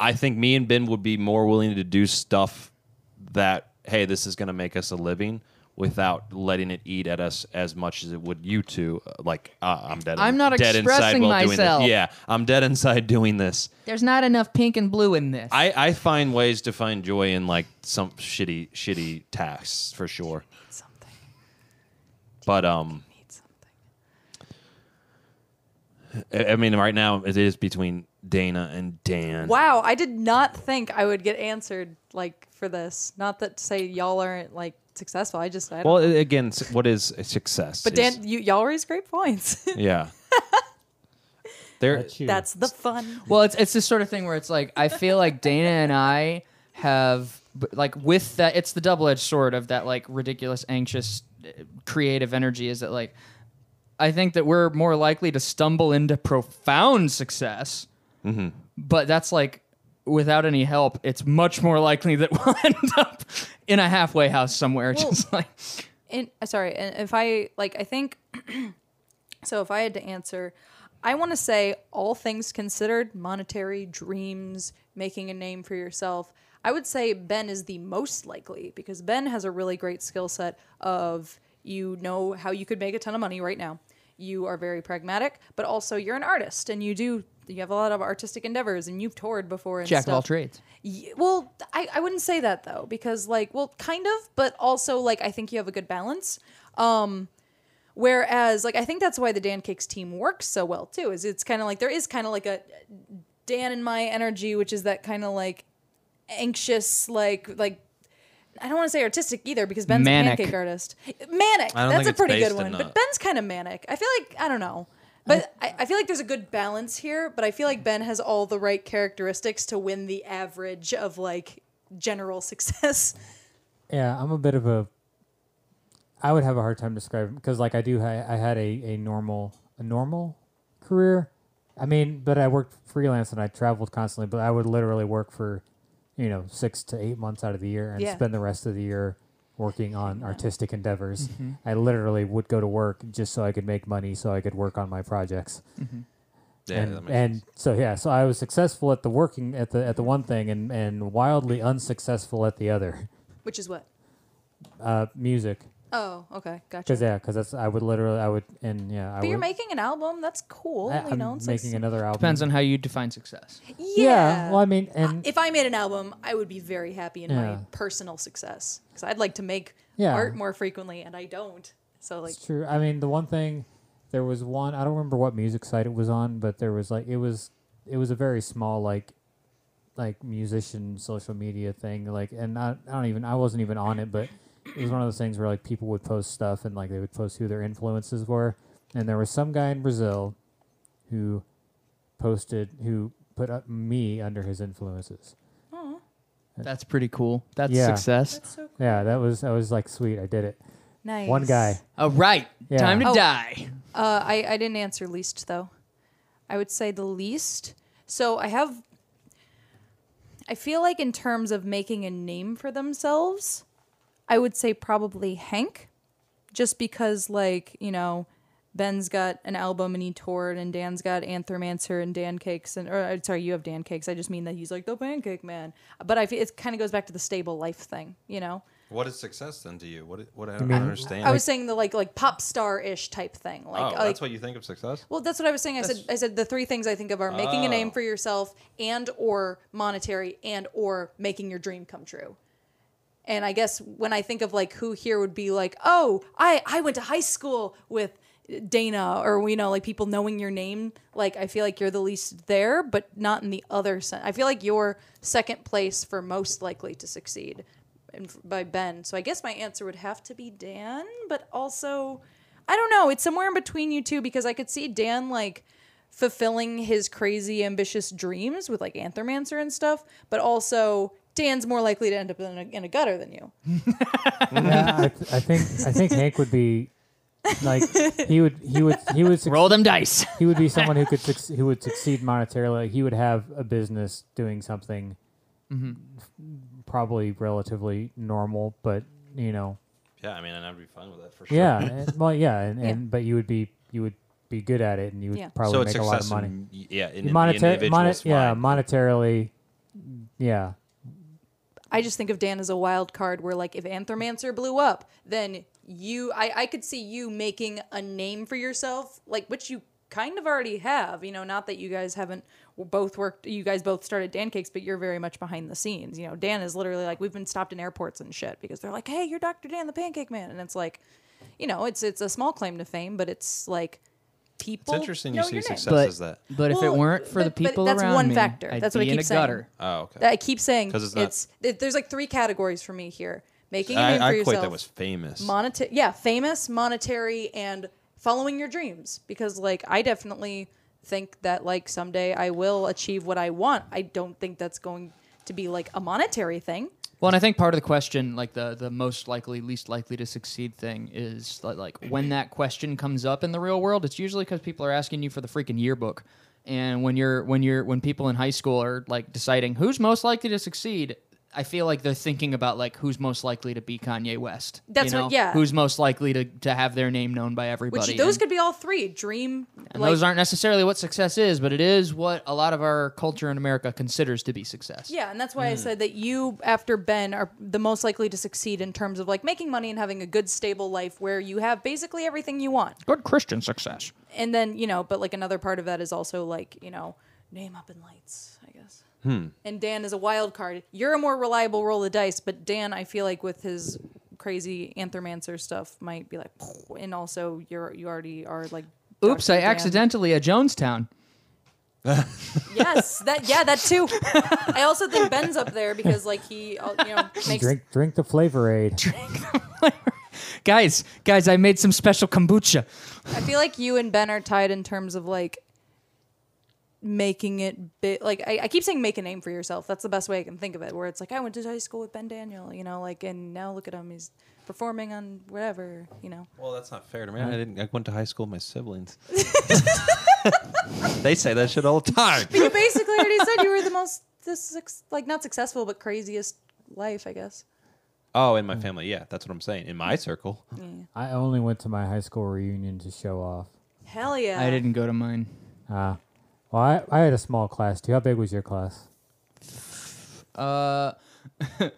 Speaker 1: I think me and Ben would be more willing to do stuff that hey, this is going to make us a living without letting it eat at us as much as it would you two. Uh, Like, uh, I'm dead.
Speaker 3: I'm not
Speaker 1: dead inside
Speaker 3: expressing
Speaker 1: while doing this.
Speaker 3: myself.
Speaker 1: Yeah, I'm dead inside doing this.
Speaker 3: There's not enough pink and blue in this.
Speaker 1: I, I find ways to find joy in like some shitty shitty tasks for sure.
Speaker 2: Something.
Speaker 1: But um,
Speaker 2: Need something.
Speaker 1: I I mean, right now it is between Dana and Dan.
Speaker 2: Wow, I did not think I would get answered like for this. Not that to say y'all aren't like successful. I just I don't.
Speaker 1: Well, a- again, s- what is a success?
Speaker 2: but
Speaker 1: is-
Speaker 2: Dan, you, y'all raise great points.
Speaker 1: yeah. there,
Speaker 4: That's you.
Speaker 2: That's the fun.
Speaker 3: well, it's it's this sort of thing where it's like I feel like Dana and I have b- like with that it's the double edged sword of that like ridiculous anxious uh, creative energy is that like I think that we're more likely to stumble into profound success,
Speaker 1: Mm-hmm.
Speaker 3: but that's like without any help, it's much more likely that we'll end up in a halfway house somewhere,
Speaker 2: Well,
Speaker 3: just like
Speaker 2: And uh, sorry, and if I like, I think. so if I had to answer, I want to say all things considered, monetary dreams, making a name for yourself. I would say Ben is the most likely because Ben has a really great skill set of you know how you could make a ton of money right now. You are very pragmatic, but also you're an artist and you do you have a lot of artistic endeavors and you've toured before and
Speaker 3: Jack
Speaker 2: stuff.
Speaker 3: of all trades.
Speaker 2: Y- well I, I wouldn't say that though because like well kind of but also like i think you have a good balance um whereas like i think that's why the dan cakes team works so well too is it's kind of like there is kind of like a dan and my energy which is that kind of like anxious like like I don't want to say artistic either because Ben's
Speaker 3: Manic.
Speaker 2: a pancake artist. Manic.
Speaker 1: I don't
Speaker 2: That's
Speaker 1: think
Speaker 2: a
Speaker 1: it's
Speaker 2: pretty
Speaker 1: based
Speaker 2: good
Speaker 1: in
Speaker 2: one.
Speaker 1: that.
Speaker 2: But Ben's kind of manic. I feel like I don't know. But I, I feel like there's a good balance here, but I feel like Ben has all the right characteristics to win the average of like general success.
Speaker 4: Yeah, I'm a bit of a. I would have a hard time describing because, like, I do. Ha- I had a, a normal a normal career. I mean, but I worked freelance and I traveled constantly. But I would literally work for, you know, six to eight months out of the year and
Speaker 2: Yeah.
Speaker 4: spend the rest of the year working on artistic endeavors.
Speaker 1: Mm-hmm.
Speaker 4: I literally would go to work just so I could make money, so I could work on my projects
Speaker 1: Yeah,
Speaker 4: and,
Speaker 1: that makes
Speaker 4: and
Speaker 1: sense.
Speaker 4: so yeah, so I was successful at the working at the at the one thing, and and wildly unsuccessful at the other,
Speaker 2: Which is what?
Speaker 4: uh, music.
Speaker 2: Oh, okay. Gotcha.
Speaker 4: Because yeah, because that's I would literally I would and yeah. I
Speaker 2: but
Speaker 4: would,
Speaker 2: you're making an album. That's cool.
Speaker 4: I,
Speaker 2: you
Speaker 4: am
Speaker 2: know, it's like-
Speaker 4: making another album.
Speaker 3: Depends on how you define success.
Speaker 2: yeah. Uh,
Speaker 4: yeah. Well, I mean, and
Speaker 2: if I made an album, I would be very happy in my
Speaker 4: Yeah.
Speaker 2: personal success because I'd like to make
Speaker 4: Yeah.
Speaker 2: art more frequently, and I don't. So like,
Speaker 4: it's true. I mean, the one thing there was one I don't remember what music site it was on, but there was like it was it was a very small like like musician social media thing like and I, I don't even I wasn't even on it but it was one of those things where like people would post stuff and like they would post who their influences were and there was some guy in Brazil who posted who put up me under his influences
Speaker 3: That's pretty cool. That's
Speaker 4: Yeah.
Speaker 3: success.
Speaker 2: that's so
Speaker 4: yeah that was I was like sweet I did it
Speaker 2: nice.
Speaker 4: one guy
Speaker 3: All right,
Speaker 4: Yeah.
Speaker 3: time to
Speaker 2: Oh.
Speaker 3: die.
Speaker 2: Uh, I, I didn't answer least though. I would say the least. So I have. I feel like in terms of making a name for themselves, I would say probably Hank, just because like you know, Ben's got an album and he toured, and Dan's got Anthromancer and Dan Cakes, and or uh, sorry, you have Dan Cakes. I just mean that he's like the Pancake Man. But I feel it kind of goes back to the stable life thing, you know.
Speaker 1: What is success then to you? What? What? I don't
Speaker 4: mean-
Speaker 1: understand.
Speaker 2: I was saying the like like pop star ish type thing, like
Speaker 1: oh,
Speaker 2: like
Speaker 1: that's what you think of success.
Speaker 2: Well, that's what I was saying. I said I said the three things I think of are making a name
Speaker 1: Oh.
Speaker 2: for yourself and or monetary and or making your dream come true. And I guess when I think of like who here would be like, "Oh, I I went to high school with Dana or you know, like people knowing your name, like I feel like you're the least there, but not in the other sense. I feel like you're second place for most likely to succeed and f- by Ben. So I guess my answer would have to be Dan, but also I don't know. It's somewhere in between you two because I could see Dan like fulfilling his crazy ambitious dreams with like Anthromancer and stuff, but also Dan's more likely to end up in a, in a gutter than you.
Speaker 4: yeah, I, th- I think I think Hank would be like he would he would he would suc-
Speaker 3: Roll them dice.
Speaker 4: he would be someone who could suc- who would succeed monetarily. He would have a business doing something
Speaker 1: Mm-hmm.
Speaker 4: f- probably relatively normal, but you know,
Speaker 1: Yeah, I mean, and I'd be fine with that for sure.
Speaker 4: yeah, and- well, yeah, and,
Speaker 2: Yeah.
Speaker 4: and but you would be you would be good at it, and you would
Speaker 2: Yeah.
Speaker 4: probably
Speaker 1: so it's
Speaker 4: make a lot of
Speaker 1: success.
Speaker 4: money.
Speaker 1: in- yeah, in, in the
Speaker 4: Monetary,
Speaker 1: individual.
Speaker 4: yeah, monetarily, yeah.
Speaker 2: I just think of Dan as a wild card where like if Anthromancer blew up, then you I, I could see you making a name for yourself, like which you kind of already have, you know, not that you guys haven't both worked you guys both started Dan Cakes, but you're very much behind the scenes. You know, Dan is literally like we've been stopped in airports and shit because they're like, Hey, you're Dr. Dan the Pancake Man and it's like you know, it's it's a small claim to fame, but it's like
Speaker 1: it's
Speaker 2: people
Speaker 1: interesting you
Speaker 2: know
Speaker 1: see
Speaker 2: your name.
Speaker 1: success
Speaker 3: But,
Speaker 1: as that.
Speaker 3: but if it
Speaker 2: Well,
Speaker 3: weren't for the
Speaker 2: but- but
Speaker 3: people
Speaker 2: that's
Speaker 3: around
Speaker 2: one
Speaker 3: me,
Speaker 2: factor.
Speaker 3: I'd
Speaker 2: That's what I
Speaker 3: be in
Speaker 2: keep
Speaker 3: a
Speaker 2: saying.
Speaker 3: gutter.
Speaker 1: Oh, okay.
Speaker 2: I keep saying
Speaker 1: 'Cause it's
Speaker 2: it's,
Speaker 1: not-
Speaker 2: th- there's like three categories for me here. Making a name for
Speaker 1: I, I
Speaker 2: yourself.
Speaker 1: equate that was famous.
Speaker 2: monetary yeah famous monetary and following your dreams because like i definitely think that like someday i will achieve what i want i don't think that's going to be like a monetary thing
Speaker 3: Well, and I think part of the question, like the the most likely, least likely to succeed thing, is li- like when that question comes up in the real world, it's usually because people are asking you for the freaking yearbook. And when you're when you're when people in high school are like deciding who's most likely to succeed, I feel like they're thinking about like who's most likely to be Kanye West. you
Speaker 2: That's what-
Speaker 3: know?
Speaker 2: yeah.
Speaker 3: Who's most likely to, to have their name known by
Speaker 2: which
Speaker 3: everybody.
Speaker 2: those
Speaker 3: and-
Speaker 2: could be all three dream
Speaker 3: and
Speaker 2: like
Speaker 3: those aren't necessarily what success is, but it is what a lot of our culture in America considers to be success.
Speaker 2: yeah and that's
Speaker 3: Hmm.
Speaker 2: why i said that you after ben are the most likely to succeed in terms of like making money and having a good stable life where you have basically everything you want
Speaker 3: Good Christian success.
Speaker 2: and then you know but like another part of that is also like you know name up in lights, I guess.
Speaker 1: Hmm.
Speaker 2: And Dan is a wild card. You're a more reliable roll of dice, but Dan, I feel like with his crazy anthromancer stuff, might be like, and also you're you already are like.
Speaker 3: Oops,
Speaker 2: Dr.
Speaker 3: I
Speaker 2: Dan.
Speaker 3: accidentally a Jonestown.
Speaker 2: Yes, that yeah, that too. I also think Ben's up there because like he, uh, you know, makes
Speaker 4: Drink, drink the flavor aid.
Speaker 3: guys, guys, I made some special kombucha.
Speaker 2: I feel like you and Ben are tied in terms of like making it big. Like I, I keep saying, make a name for yourself. That's the best way I can think of it. Where it's like I went to high school with Ben Daniel, you know, like and now look at him, he's performing on whatever, you know.
Speaker 1: Well, that's not fair to me. I didn't. I went to high school with my siblings. they say that shit all the time.
Speaker 2: But you basically already said you were the most this suc- like not successful but craziest life, I guess.
Speaker 1: Oh, in my family, yeah, that's what I'm saying. In my circle,
Speaker 4: I only went to my high school reunion to show off.
Speaker 2: Hell yeah!
Speaker 3: I didn't go to mine.
Speaker 4: Uh, well, I, I had a small class too. How big was your class?
Speaker 3: Uh,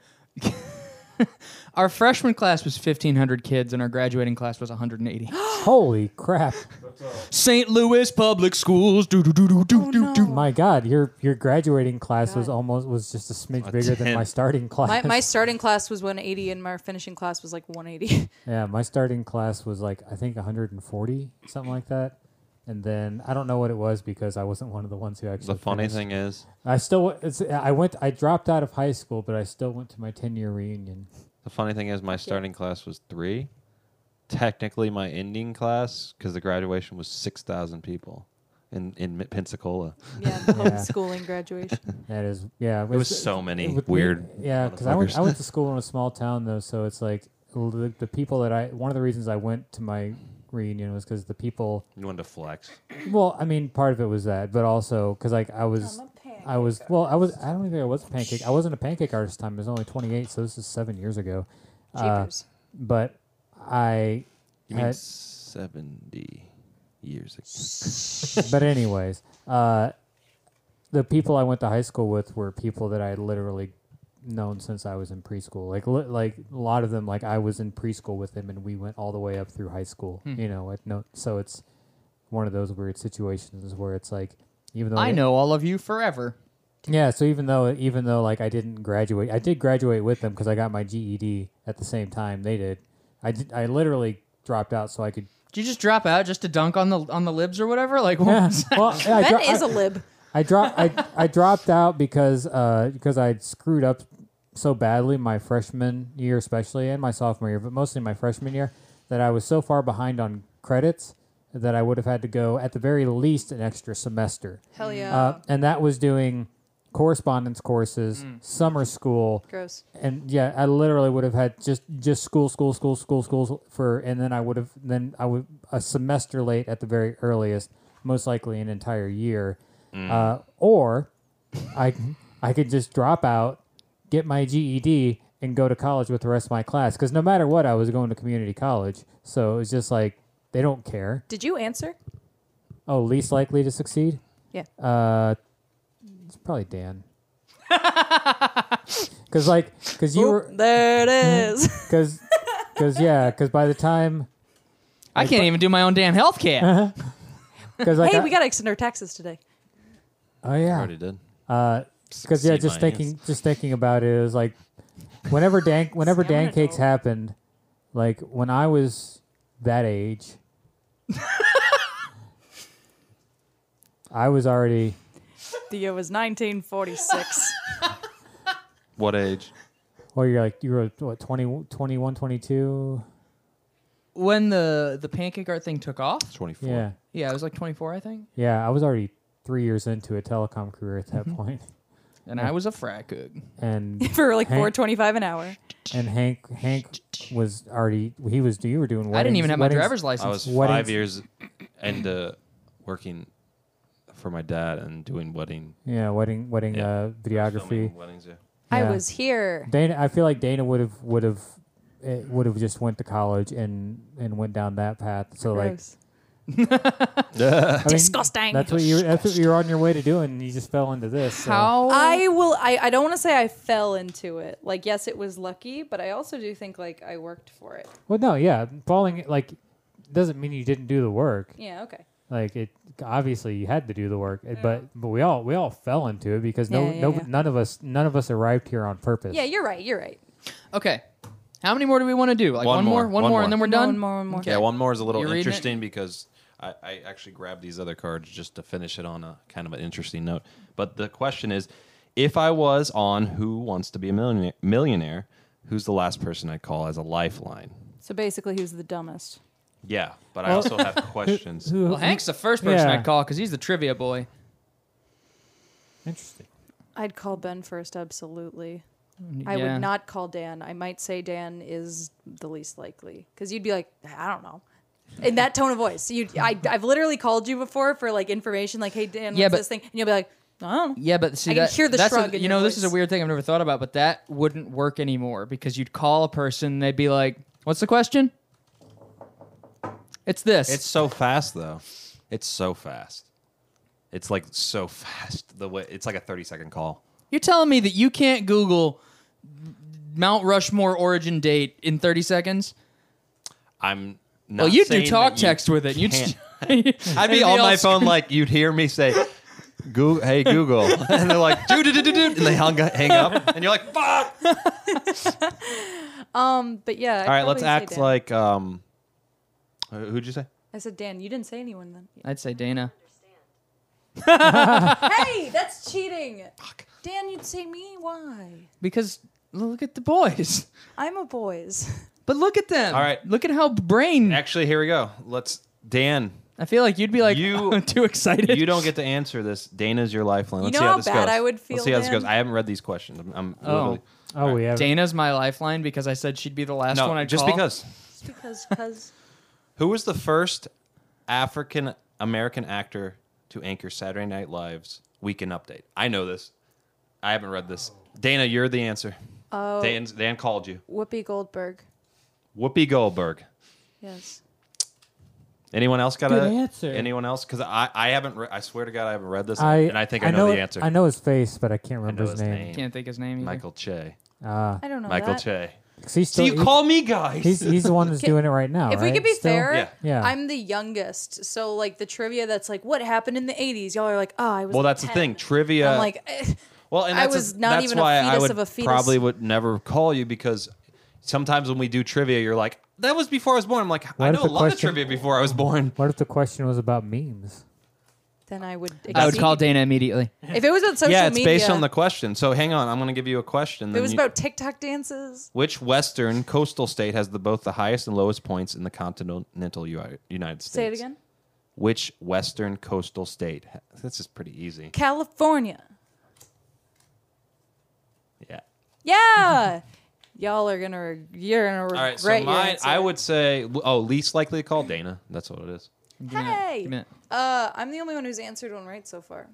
Speaker 3: our freshman class was 1,500 kids, and our graduating class was 180.
Speaker 4: Holy crap!
Speaker 3: St. Louis Public Schools. Do, do, do, do, do,
Speaker 2: Oh,
Speaker 3: do,
Speaker 2: no.
Speaker 3: do.
Speaker 4: My God, your your graduating class was
Speaker 2: God.
Speaker 4: almost was just a smidge
Speaker 1: A
Speaker 4: bigger than my
Speaker 1: tenth.
Speaker 4: starting
Speaker 2: My
Speaker 4: class.
Speaker 2: my starting class was 180 and my finishing class was like 180.
Speaker 4: yeah, my starting class was like I think 140 something like that, and then I don't know what it was because I wasn't one of the ones who actually.
Speaker 1: the funny
Speaker 4: finished.
Speaker 1: thing is,
Speaker 4: I still it's, I went I dropped out of high school, but I still went to my 10 year reunion.
Speaker 1: the funny thing is, my starting class was three. Technically, my ending class, because the graduation was six thousand people in in Mi- Pensacola.
Speaker 2: Yeah, homeschooling graduation.
Speaker 4: That is yeah.
Speaker 1: It was so many
Speaker 4: with me-
Speaker 1: weird.
Speaker 4: yeah, because I went,
Speaker 1: motherfuckers.
Speaker 4: I went to school in a small town though, so it's like l- the, the people that I one of the reasons I went to my reunion was because the people.
Speaker 1: You wanted to flex.
Speaker 4: Well, I mean, part of it was that, but also because like I was, I was well, I was I don't even think I was a pancake. I wasn't a pancake artist at the time. I was only twenty eight, so this is seven years ago. Uh,
Speaker 2: Jeepers.
Speaker 4: but I
Speaker 1: You mean
Speaker 4: had-
Speaker 1: seventy years ago?
Speaker 4: but anyways, uh, the people I went to high school with were people that I had literally known since I was in preschool. Like li- like a lot of them, like I was in preschool with them, and we went all the way up through high school.
Speaker 3: Hmm.
Speaker 4: You know, like no, so it's one of those weird situations where it's like even though
Speaker 3: I know all of you forever.
Speaker 4: yeah, so even though even though like I didn't graduate, I did graduate with them because I got my GED at the same time they did. I did, I literally dropped out so I could.
Speaker 3: Did you just drop out just to dunk on the on the libs or whatever? Like, what was that?
Speaker 4: Well, yeah, I
Speaker 2: Ben
Speaker 4: dro- I-
Speaker 2: is a lib.
Speaker 4: I dropped I, I dropped out because uh, because I screwed up so badly my freshman year especially and my sophomore year but mostly my freshman year that I was so far behind on credits that I would have had to go at the very least an extra semester
Speaker 2: Hell yeah.
Speaker 4: uh, and that was doing correspondence courses summer school
Speaker 2: Gross.
Speaker 4: and yeah I literally would have had just just school school school school school for and then I would have then I would a semester late at the very earliest most likely an entire year uh, or I I could just drop out, get my GED, and go to college with the rest of my class. Because no matter what, I was going to community college, so it was just like they don't care.
Speaker 2: Did you answer?
Speaker 4: Oh, least likely to succeed.
Speaker 2: Yeah.
Speaker 4: Uh, it's probably Dan. Because like, because you were,
Speaker 2: there
Speaker 4: mm-hmm.
Speaker 2: it is.
Speaker 4: because, because yeah, because by the time,
Speaker 3: I can't even do my own damn health care.
Speaker 4: because like,
Speaker 2: hey,
Speaker 4: I-
Speaker 2: we gotta extend our taxes today.
Speaker 4: oh
Speaker 1: I
Speaker 4: yeah,
Speaker 1: already did.
Speaker 4: because yeah,
Speaker 1: See
Speaker 4: just
Speaker 1: my
Speaker 4: thinking, just thinking about it, it was like whenever Dan, whenever
Speaker 2: See, I'm an
Speaker 4: Dan cakes
Speaker 2: adult.
Speaker 4: happened, like when I was that age, I was already
Speaker 2: The year was 1946.
Speaker 1: What age?
Speaker 4: well. oh, You're like you were what 20, 21, 22?
Speaker 3: when the the pancake art thing took off,
Speaker 1: Twenty four.
Speaker 4: Yeah,
Speaker 3: yeah, I was like 24, I think,
Speaker 4: yeah. I was already three years into a telecom career at
Speaker 3: Mm-hmm.
Speaker 4: that point,
Speaker 3: and I was a frat cook.
Speaker 4: and
Speaker 2: For like
Speaker 4: Hank-
Speaker 2: 425 an hour.
Speaker 4: and Hank Hank was already he was you were doing. Weddings,
Speaker 3: I didn't even have my
Speaker 4: weddings-
Speaker 3: driver's license.
Speaker 1: I was
Speaker 4: Weddings-
Speaker 1: five years into working for my dad and doing wedding
Speaker 4: Yeah, wedding wedding
Speaker 1: Yeah.
Speaker 4: uh, videography.
Speaker 1: filming weddings. Yeah.
Speaker 2: I
Speaker 4: Yeah.
Speaker 2: was here.
Speaker 4: Dana, I feel like Dana would have would have would have just went to college and and went down that path. So like,
Speaker 2: Gross.
Speaker 4: I mean,
Speaker 2: Disgusting.
Speaker 4: That's what you that's what you're on your way to doing. and You just fell into this. so-
Speaker 3: How
Speaker 2: I will. I, I don't want to say I fell into it. Like, yes, it was lucky, but I also do think like I worked for it.
Speaker 4: Well, no, yeah, falling like doesn't mean you didn't do the work.
Speaker 2: Yeah. Okay.
Speaker 4: Like it obviously you had to do the work, it- but but we all we all fell into it because no
Speaker 2: Yeah, yeah,
Speaker 4: no
Speaker 2: yeah.
Speaker 4: none of us none of us arrived here on purpose.
Speaker 2: Yeah, you're right. You're right.
Speaker 3: Okay. How many more do we want to do? Like
Speaker 1: One
Speaker 3: one, more,
Speaker 1: more, one
Speaker 3: one, more,
Speaker 1: more.
Speaker 3: and then we're
Speaker 2: One
Speaker 3: done.
Speaker 2: more, one more.
Speaker 3: Okay.
Speaker 1: Yeah, one more is a little
Speaker 3: You reading it?
Speaker 1: interesting because I, I actually grabbed these other cards just to finish it on a kind of an interesting note. But the question is if I was on Who Wants to Be a Millionaire, millionaire who's the last person I'd call as a lifeline?
Speaker 2: So basically, who's the dumbest?
Speaker 1: Yeah, but I also have questions.
Speaker 4: Who-
Speaker 3: Well, Hank's the first person
Speaker 4: Yeah.
Speaker 3: I'd call because he's the trivia boy.
Speaker 4: Interesting.
Speaker 2: I'd call Ben first, absolutely.
Speaker 1: Mm,
Speaker 3: Yeah.
Speaker 2: I would not call Dan. I might say Dan is the least likely because you'd be like, I don't know. In that tone of voice, you, I, I've literally called you before for like information, like, "Hey Dan,
Speaker 3: Yeah,
Speaker 2: what's
Speaker 3: but-
Speaker 2: this thing?" and you'll be like, "I don't know."
Speaker 3: Yeah, but see,
Speaker 2: I can
Speaker 3: that-
Speaker 2: hear the
Speaker 3: that's a-
Speaker 2: shrug in
Speaker 3: you
Speaker 2: your
Speaker 3: know, this is a
Speaker 2: voice.
Speaker 3: weird thing I've never thought about, but that wouldn't work anymore because you'd call a person, they'd be like, "What's the question?" It's this.
Speaker 1: It's so fast, though. It's so fast. It's like so fast. The way it's like a 30 second call.
Speaker 3: You're telling me that you can't Google Mount Rushmore origin date in 30 seconds?
Speaker 1: I'm not
Speaker 3: Well, you do
Speaker 1: saying
Speaker 3: talk
Speaker 1: that you
Speaker 3: text with it. You'd
Speaker 1: can't.
Speaker 3: I'd
Speaker 1: I'd be on my phone like you'd hear me say, Google, "Hey Google," and they're like, "Do do do do do," and they hung hang up, and you're like, "Fuck!" All
Speaker 2: Um, but yeah. I'd
Speaker 1: right, let's
Speaker 2: probably say
Speaker 1: act
Speaker 2: Dan.
Speaker 1: like um, who- who'd you say?
Speaker 2: I said Dan. You didn't say anyone then.
Speaker 3: I'd say Dana.
Speaker 2: hey, that's cheating. Dan, you'd say me. Why?
Speaker 3: Because look at the boys.
Speaker 2: I'm a boys.
Speaker 3: But look at them.
Speaker 1: All right.
Speaker 3: Look at how brain.
Speaker 1: Actually, here we go. Let's Dan.
Speaker 3: I feel like you'd be like
Speaker 1: You-
Speaker 3: too excited.
Speaker 1: You don't get to answer this. Dana's your lifeline.
Speaker 2: You
Speaker 1: Let's
Speaker 2: know
Speaker 1: see how,
Speaker 2: how
Speaker 1: this
Speaker 2: bad
Speaker 1: goes.
Speaker 2: I would feel,
Speaker 1: Let's see how this
Speaker 2: Dan?
Speaker 1: goes. I haven't read these questions. I'm, I'm
Speaker 3: Oh.
Speaker 1: literally-
Speaker 4: Oh, we have
Speaker 3: Dana's my lifeline because I said she'd be the last
Speaker 1: no,
Speaker 3: one I'd
Speaker 1: just
Speaker 3: call.
Speaker 1: because.
Speaker 2: It's because, because
Speaker 1: Who was the first African American actor to anchor Saturday Night Live's Weekend Update? I know this. I haven't read this. Dana, you're the answer. Oh. Dan, Dan called you.
Speaker 2: Whoopi Goldberg.
Speaker 1: Whoopi Goldberg.
Speaker 2: Yes.
Speaker 1: Anyone else got
Speaker 4: Good
Speaker 1: a
Speaker 4: answer.
Speaker 1: Anyone else? Because I, I haven't. Re- I swear to God, I haven't read this,
Speaker 4: I
Speaker 1: and I think I, know, the
Speaker 4: it-
Speaker 1: answer.
Speaker 4: I know his face, but I can't
Speaker 1: I know
Speaker 4: remember his, name.
Speaker 3: Can't think his name. Either.
Speaker 1: Michael Che.
Speaker 4: Ah,
Speaker 2: I don't know.
Speaker 1: Michael
Speaker 2: that.
Speaker 1: Che.
Speaker 4: 'cause he's
Speaker 1: So
Speaker 4: still,
Speaker 1: you
Speaker 4: he-
Speaker 1: call me guys.
Speaker 4: he's he's the one that's doing it right now.
Speaker 2: If we
Speaker 4: right?
Speaker 2: could be
Speaker 4: Still?
Speaker 2: fair,
Speaker 1: Yeah.
Speaker 4: Yeah.
Speaker 2: I'm the youngest. So like the trivia that's like, what happened in the 80s? Y'all are like, oh, I was.
Speaker 1: well, that's the
Speaker 2: 10."
Speaker 1: thing.
Speaker 2: And
Speaker 1: Trivia.
Speaker 2: I'm like, eh,
Speaker 1: well, and
Speaker 2: I
Speaker 1: that's a-
Speaker 2: was not
Speaker 1: that's
Speaker 2: even a
Speaker 1: why I
Speaker 2: fetus
Speaker 1: would
Speaker 2: of a fetus.
Speaker 1: probably would never call you because sometimes when we do trivia, you're like, "That was before I was born." I'm like,
Speaker 4: What
Speaker 1: "I
Speaker 4: if
Speaker 1: know a
Speaker 4: the
Speaker 1: lot of
Speaker 4: question-
Speaker 1: trivia before I was born."
Speaker 4: What if the question was about memes?
Speaker 2: then I would.
Speaker 3: I would
Speaker 2: exceed-
Speaker 3: call Dana immediately.
Speaker 2: If it was on social
Speaker 1: Yeah, it's
Speaker 2: media,
Speaker 1: based on the question. So hang on, I'm going to give you a question.
Speaker 2: If it
Speaker 1: then
Speaker 2: was
Speaker 1: you-
Speaker 2: about TikTok dances.
Speaker 1: Which Western coastal state has the, both the highest and lowest points in the continental Ui- United States?
Speaker 2: Say it again.
Speaker 1: Which Western coastal state? ha- This is pretty easy.
Speaker 2: California.
Speaker 1: Yeah.
Speaker 2: Yeah. Y'all are gonna. Re- you're gonna regret
Speaker 1: All right. So
Speaker 2: your
Speaker 1: mine,
Speaker 2: answer.
Speaker 1: I would say, oh, least likely to call Dana. That's what it is.
Speaker 3: Give me that. Give me
Speaker 2: Hey.
Speaker 3: that.
Speaker 2: Uh, I'm the only one who's answered one right so far.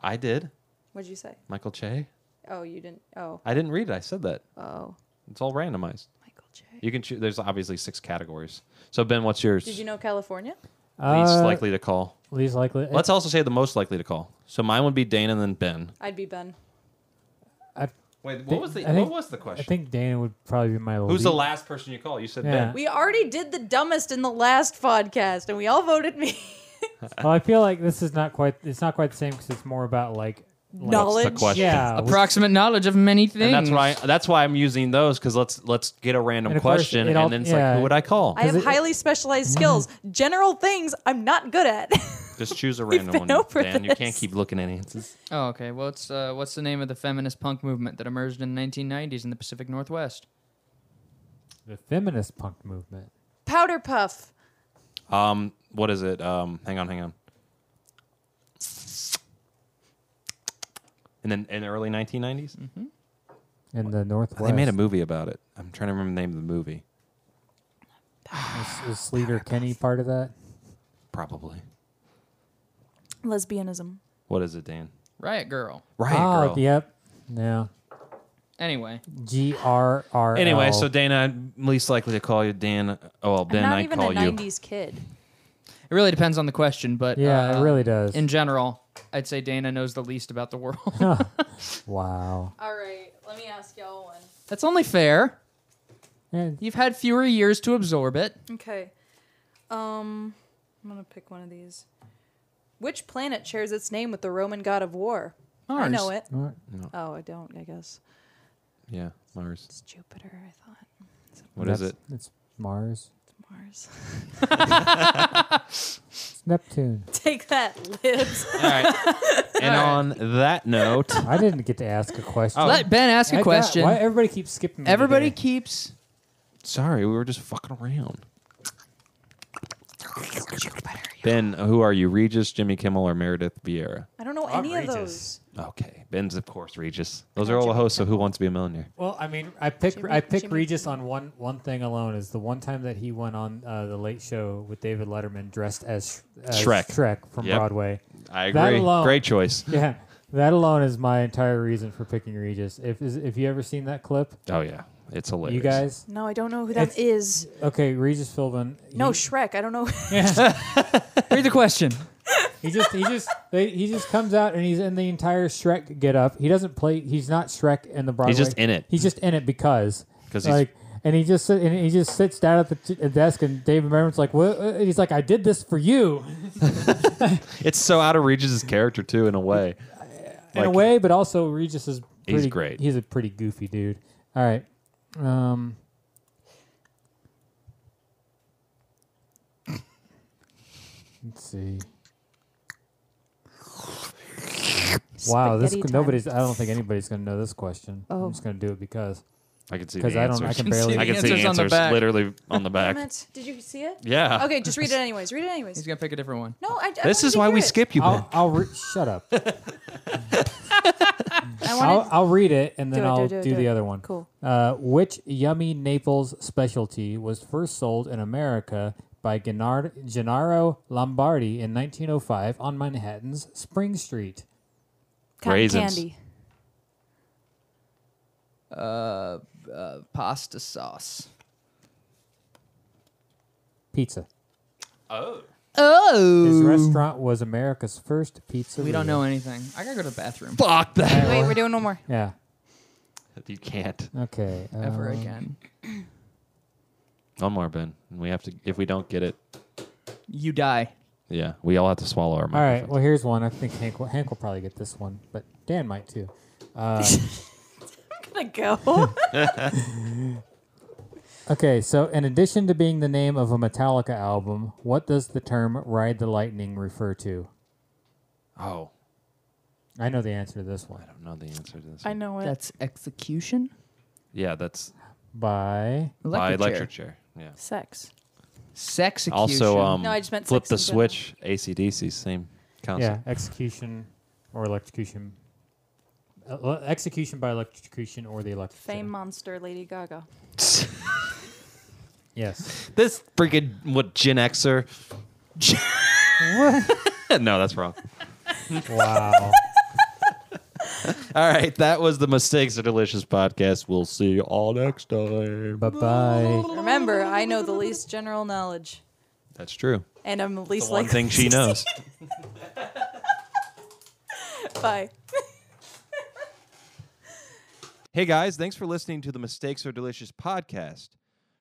Speaker 1: I did.
Speaker 2: What'd you say?
Speaker 1: Michael Che.
Speaker 2: Oh, you didn't. Oh.
Speaker 1: I didn't read it. I said that.
Speaker 2: Oh.
Speaker 1: It's all randomized.
Speaker 2: Michael J.
Speaker 1: You can choose. There's obviously six categories. So Ben, what's yours?
Speaker 2: Did you know California?
Speaker 1: least
Speaker 4: Uh,
Speaker 1: likely to call.
Speaker 4: Least likely.
Speaker 1: Let's also say the most likely to call. So mine would be Dana, and then Ben.
Speaker 2: I'd be Ben.
Speaker 4: I,
Speaker 1: Wait,
Speaker 4: thi- I think- I think Dana would probably be my.
Speaker 1: Who's the
Speaker 4: least-
Speaker 1: last person you call? You said
Speaker 4: Yeah.
Speaker 1: Ben.
Speaker 2: We already did the dumbest in the last podcast, and we all voted me.
Speaker 4: Well, Oh, I feel like this is not quite. It's not quite the same because it's more about like. like-
Speaker 2: Knowledge.
Speaker 1: That's the question.
Speaker 4: Yeah. what's-
Speaker 3: Approximate knowledge of many things.
Speaker 1: And that's why that's why I'm using those because let's let's get a random
Speaker 4: And of course,
Speaker 1: question
Speaker 4: it all-
Speaker 1: and then it's
Speaker 4: yeah.
Speaker 1: like who would I call?
Speaker 2: I have
Speaker 4: it-
Speaker 2: highly specialized
Speaker 1: Mm-hmm.
Speaker 2: skills. General things I'm not good at.
Speaker 1: Just choose a random
Speaker 2: been
Speaker 1: one,
Speaker 2: over
Speaker 1: Dan. You can't
Speaker 2: this.
Speaker 1: keep looking at answers.
Speaker 3: Oh, okay. Well, it's, uh, what's the name of the feminist punk movement that emerged in the 1990s in the Pacific Northwest?
Speaker 4: The feminist punk movement.
Speaker 2: Powder puff.
Speaker 1: Um, what is it? Um, hang on, hang on. And then in the early 1990s,
Speaker 4: In the northwest,
Speaker 1: they made a movie about it. I'm trying to remember the name of the movie.
Speaker 4: Is, is Sleater Kenny part of that?
Speaker 1: Probably.
Speaker 2: Lesbianism.
Speaker 1: What is it, Dan?
Speaker 3: Riot Girl.
Speaker 1: Riot
Speaker 4: oh,
Speaker 1: Girl.
Speaker 4: yep. Yeah.
Speaker 3: Anyway,
Speaker 4: G R R.
Speaker 1: Anyway,
Speaker 4: L.
Speaker 1: so Dana, I'm least likely to call you Dan. Oh, well, Ben,
Speaker 2: I'm not
Speaker 1: I
Speaker 2: even
Speaker 1: call
Speaker 2: a
Speaker 1: you.
Speaker 2: 90s kid.
Speaker 3: it really depends on the question, but
Speaker 4: yeah,
Speaker 3: uh,
Speaker 4: it really does.
Speaker 3: In general, I'd say Dana knows the least about the world.
Speaker 4: wow.
Speaker 2: All right, let me ask y'all one.
Speaker 3: that's only fair.
Speaker 4: And
Speaker 3: You've had fewer years to absorb it.
Speaker 2: Okay. Um, I'm gonna pick one of these. Which planet shares its name with the Roman god of war? I
Speaker 3: Mars.
Speaker 2: know it.
Speaker 4: All right.
Speaker 2: Oh, I don't. I guess
Speaker 1: Yeah, Mars.
Speaker 2: it's Jupiter. I thought
Speaker 1: What is
Speaker 4: That's-
Speaker 1: it?
Speaker 4: It's Mars.
Speaker 2: it's Mars.
Speaker 4: It's Neptune.
Speaker 2: Take that, libs.
Speaker 3: All right.
Speaker 1: And on that note,
Speaker 4: I didn't get to ask a question.
Speaker 1: Oh,
Speaker 3: Let Ben ask
Speaker 4: I
Speaker 3: a
Speaker 4: got-
Speaker 3: question.
Speaker 4: Why everybody keeps skipping? me
Speaker 3: Everybody
Speaker 4: today?
Speaker 3: keeps.
Speaker 1: sorry, we were just fucking around. Ben, who are you? Regis, Jimmy Kimmel, or Meredith Vieira?
Speaker 2: I don't know
Speaker 5: I'm
Speaker 2: any of
Speaker 5: Regis.
Speaker 2: those.
Speaker 1: Okay, Ben's of course Regis. Those are all the hosts of Who Wants to Be a Millionaire.
Speaker 6: Well, I mean, I pick
Speaker 2: Jimmy-
Speaker 6: I pick
Speaker 2: Jimmy
Speaker 6: Regis
Speaker 2: Kimmel.
Speaker 6: on one one thing alone is the one time that he went on uh, the Late Show with David Letterman dressed as, as
Speaker 1: Shrek.
Speaker 6: Shrek from
Speaker 1: Yep.
Speaker 6: Broadway.
Speaker 1: I
Speaker 6: That
Speaker 1: agree.
Speaker 6: alone-
Speaker 1: Great choice.
Speaker 6: Yeah, that alone is my entire reason for picking Regis. If is, if you ever seen that clip,
Speaker 1: Oh yeah, it's hilarious.
Speaker 6: you guys.
Speaker 2: No, I don't know who that is.
Speaker 6: Okay, Regis Philbin. he-
Speaker 2: No, Shrek. I don't know.
Speaker 3: Read the question.
Speaker 6: He just he just
Speaker 4: They, he just comes out and he's in the entire Shrek get up. He doesn't play. He's not Shrek in the Broadway.
Speaker 1: He's just in it.
Speaker 4: He's just in it because
Speaker 1: 'Cause he's-
Speaker 4: like. And he just sit- and he just sits down at the t- desk, and David Merriman's like, "What?" Uh, And He's like, "I did this for you,
Speaker 1: It's so out of Regis's character too, in a way.
Speaker 4: in a
Speaker 1: Like-
Speaker 4: way, but also Regis is
Speaker 1: He's
Speaker 4: pretty,
Speaker 1: great.
Speaker 4: He's a pretty goofy dude. All right, um, let's see. Wow, this
Speaker 2: Spaghetti time.
Speaker 4: nobody's. I don't think anybody's going to know this question.
Speaker 2: Oh.
Speaker 4: I'm just going to do it because
Speaker 1: I can see the
Speaker 4: because I don't. I
Speaker 1: answers.
Speaker 4: can barely.
Speaker 1: I
Speaker 3: The
Speaker 1: can see
Speaker 3: answers on the
Speaker 1: answers
Speaker 3: back.
Speaker 1: literally on the
Speaker 2: Damn
Speaker 1: back.
Speaker 2: it. Did you see it?
Speaker 1: Yeah.
Speaker 2: Okay, just read it anyways. Read it anyways.
Speaker 3: He's gonna pick a different one.
Speaker 2: No, I. I
Speaker 1: This
Speaker 2: wanted
Speaker 1: is
Speaker 2: to
Speaker 1: why
Speaker 2: hear
Speaker 1: we
Speaker 2: it.
Speaker 1: skip you, Ben.
Speaker 4: I'll, I'll re- shut up.
Speaker 2: I
Speaker 4: I'll,
Speaker 2: wanted.
Speaker 4: I'll read it and then
Speaker 2: Do it, do
Speaker 4: I'll
Speaker 2: it, do
Speaker 4: do,
Speaker 2: it, do
Speaker 4: the
Speaker 2: it.
Speaker 4: other one.
Speaker 2: Cool.
Speaker 4: Uh, which yummy Naples specialty was first sold in America by Gennard, Gennaro Lombardi in 1905 on Manhattan's Spring Street?
Speaker 2: Cotton
Speaker 1: Raisins.
Speaker 2: candy.
Speaker 3: Uh, uh, pasta sauce.
Speaker 4: Pizza.
Speaker 3: Oh.
Speaker 4: His restaurant was America's first pizza.
Speaker 3: We don't know anything. I gotta go to the bathroom
Speaker 1: Fuck that.
Speaker 2: Wait, we're doing one more.
Speaker 4: Yeah.
Speaker 1: You can't.
Speaker 4: Okay.
Speaker 3: ever
Speaker 1: Oh.
Speaker 4: um,
Speaker 3: again.
Speaker 1: One more, Ben. And we have to. If we don't get it,
Speaker 3: You die.
Speaker 1: yeah, we all have to swallow our.
Speaker 4: All right. Well, here's one. I think Hank will, Hank will probably get this one, but Dan might too.
Speaker 2: I'm gonna go.
Speaker 4: Okay, so in addition to being the name of a Metallica album, what does the term "ride the lightning" refer to?
Speaker 1: Oh,
Speaker 4: I know the answer to this one.
Speaker 1: I don't know the answer to this.
Speaker 2: I know it.
Speaker 3: That's execution.
Speaker 1: yeah, that's
Speaker 4: By
Speaker 1: by
Speaker 3: chair.
Speaker 1: electric chair. Yeah.
Speaker 2: Sex.
Speaker 3: Sexecution.
Speaker 1: Also, um,
Speaker 2: No, I just meant
Speaker 1: flip
Speaker 2: sex
Speaker 1: the
Speaker 2: in general.
Speaker 1: switch. ACDC, same
Speaker 4: yeah,
Speaker 1: concept.
Speaker 4: execution or electrocution, Ele- execution by electrocution or the electrocution.
Speaker 2: Fame monster. Lady Gaga.
Speaker 4: Yes.
Speaker 1: this freaking what Gen Xer. no, that's wrong.
Speaker 4: wow.
Speaker 1: All right, that was the Mistakes Are Delicious podcast. We'll see you all next time.
Speaker 4: Bye bye.
Speaker 2: Remember, I know the least general knowledge,
Speaker 1: That's true.
Speaker 2: and I'm the
Speaker 1: The
Speaker 2: least
Speaker 1: one
Speaker 2: likely.
Speaker 1: thing she knows.
Speaker 2: Bye.
Speaker 1: Hey guys, thanks for listening to the Mistakes Are Delicious podcast.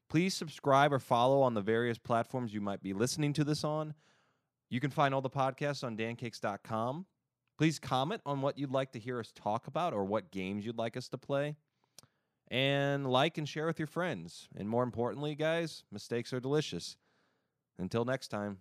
Speaker 1: Please subscribe or follow on the various platforms you might be listening to this on. You can find all the podcasts on dancakes.com. Please comment on what you'd like to hear us talk about or what games you'd like us to play. And like and share with your friends. And more importantly, guys, mistakes are delicious. Until next time.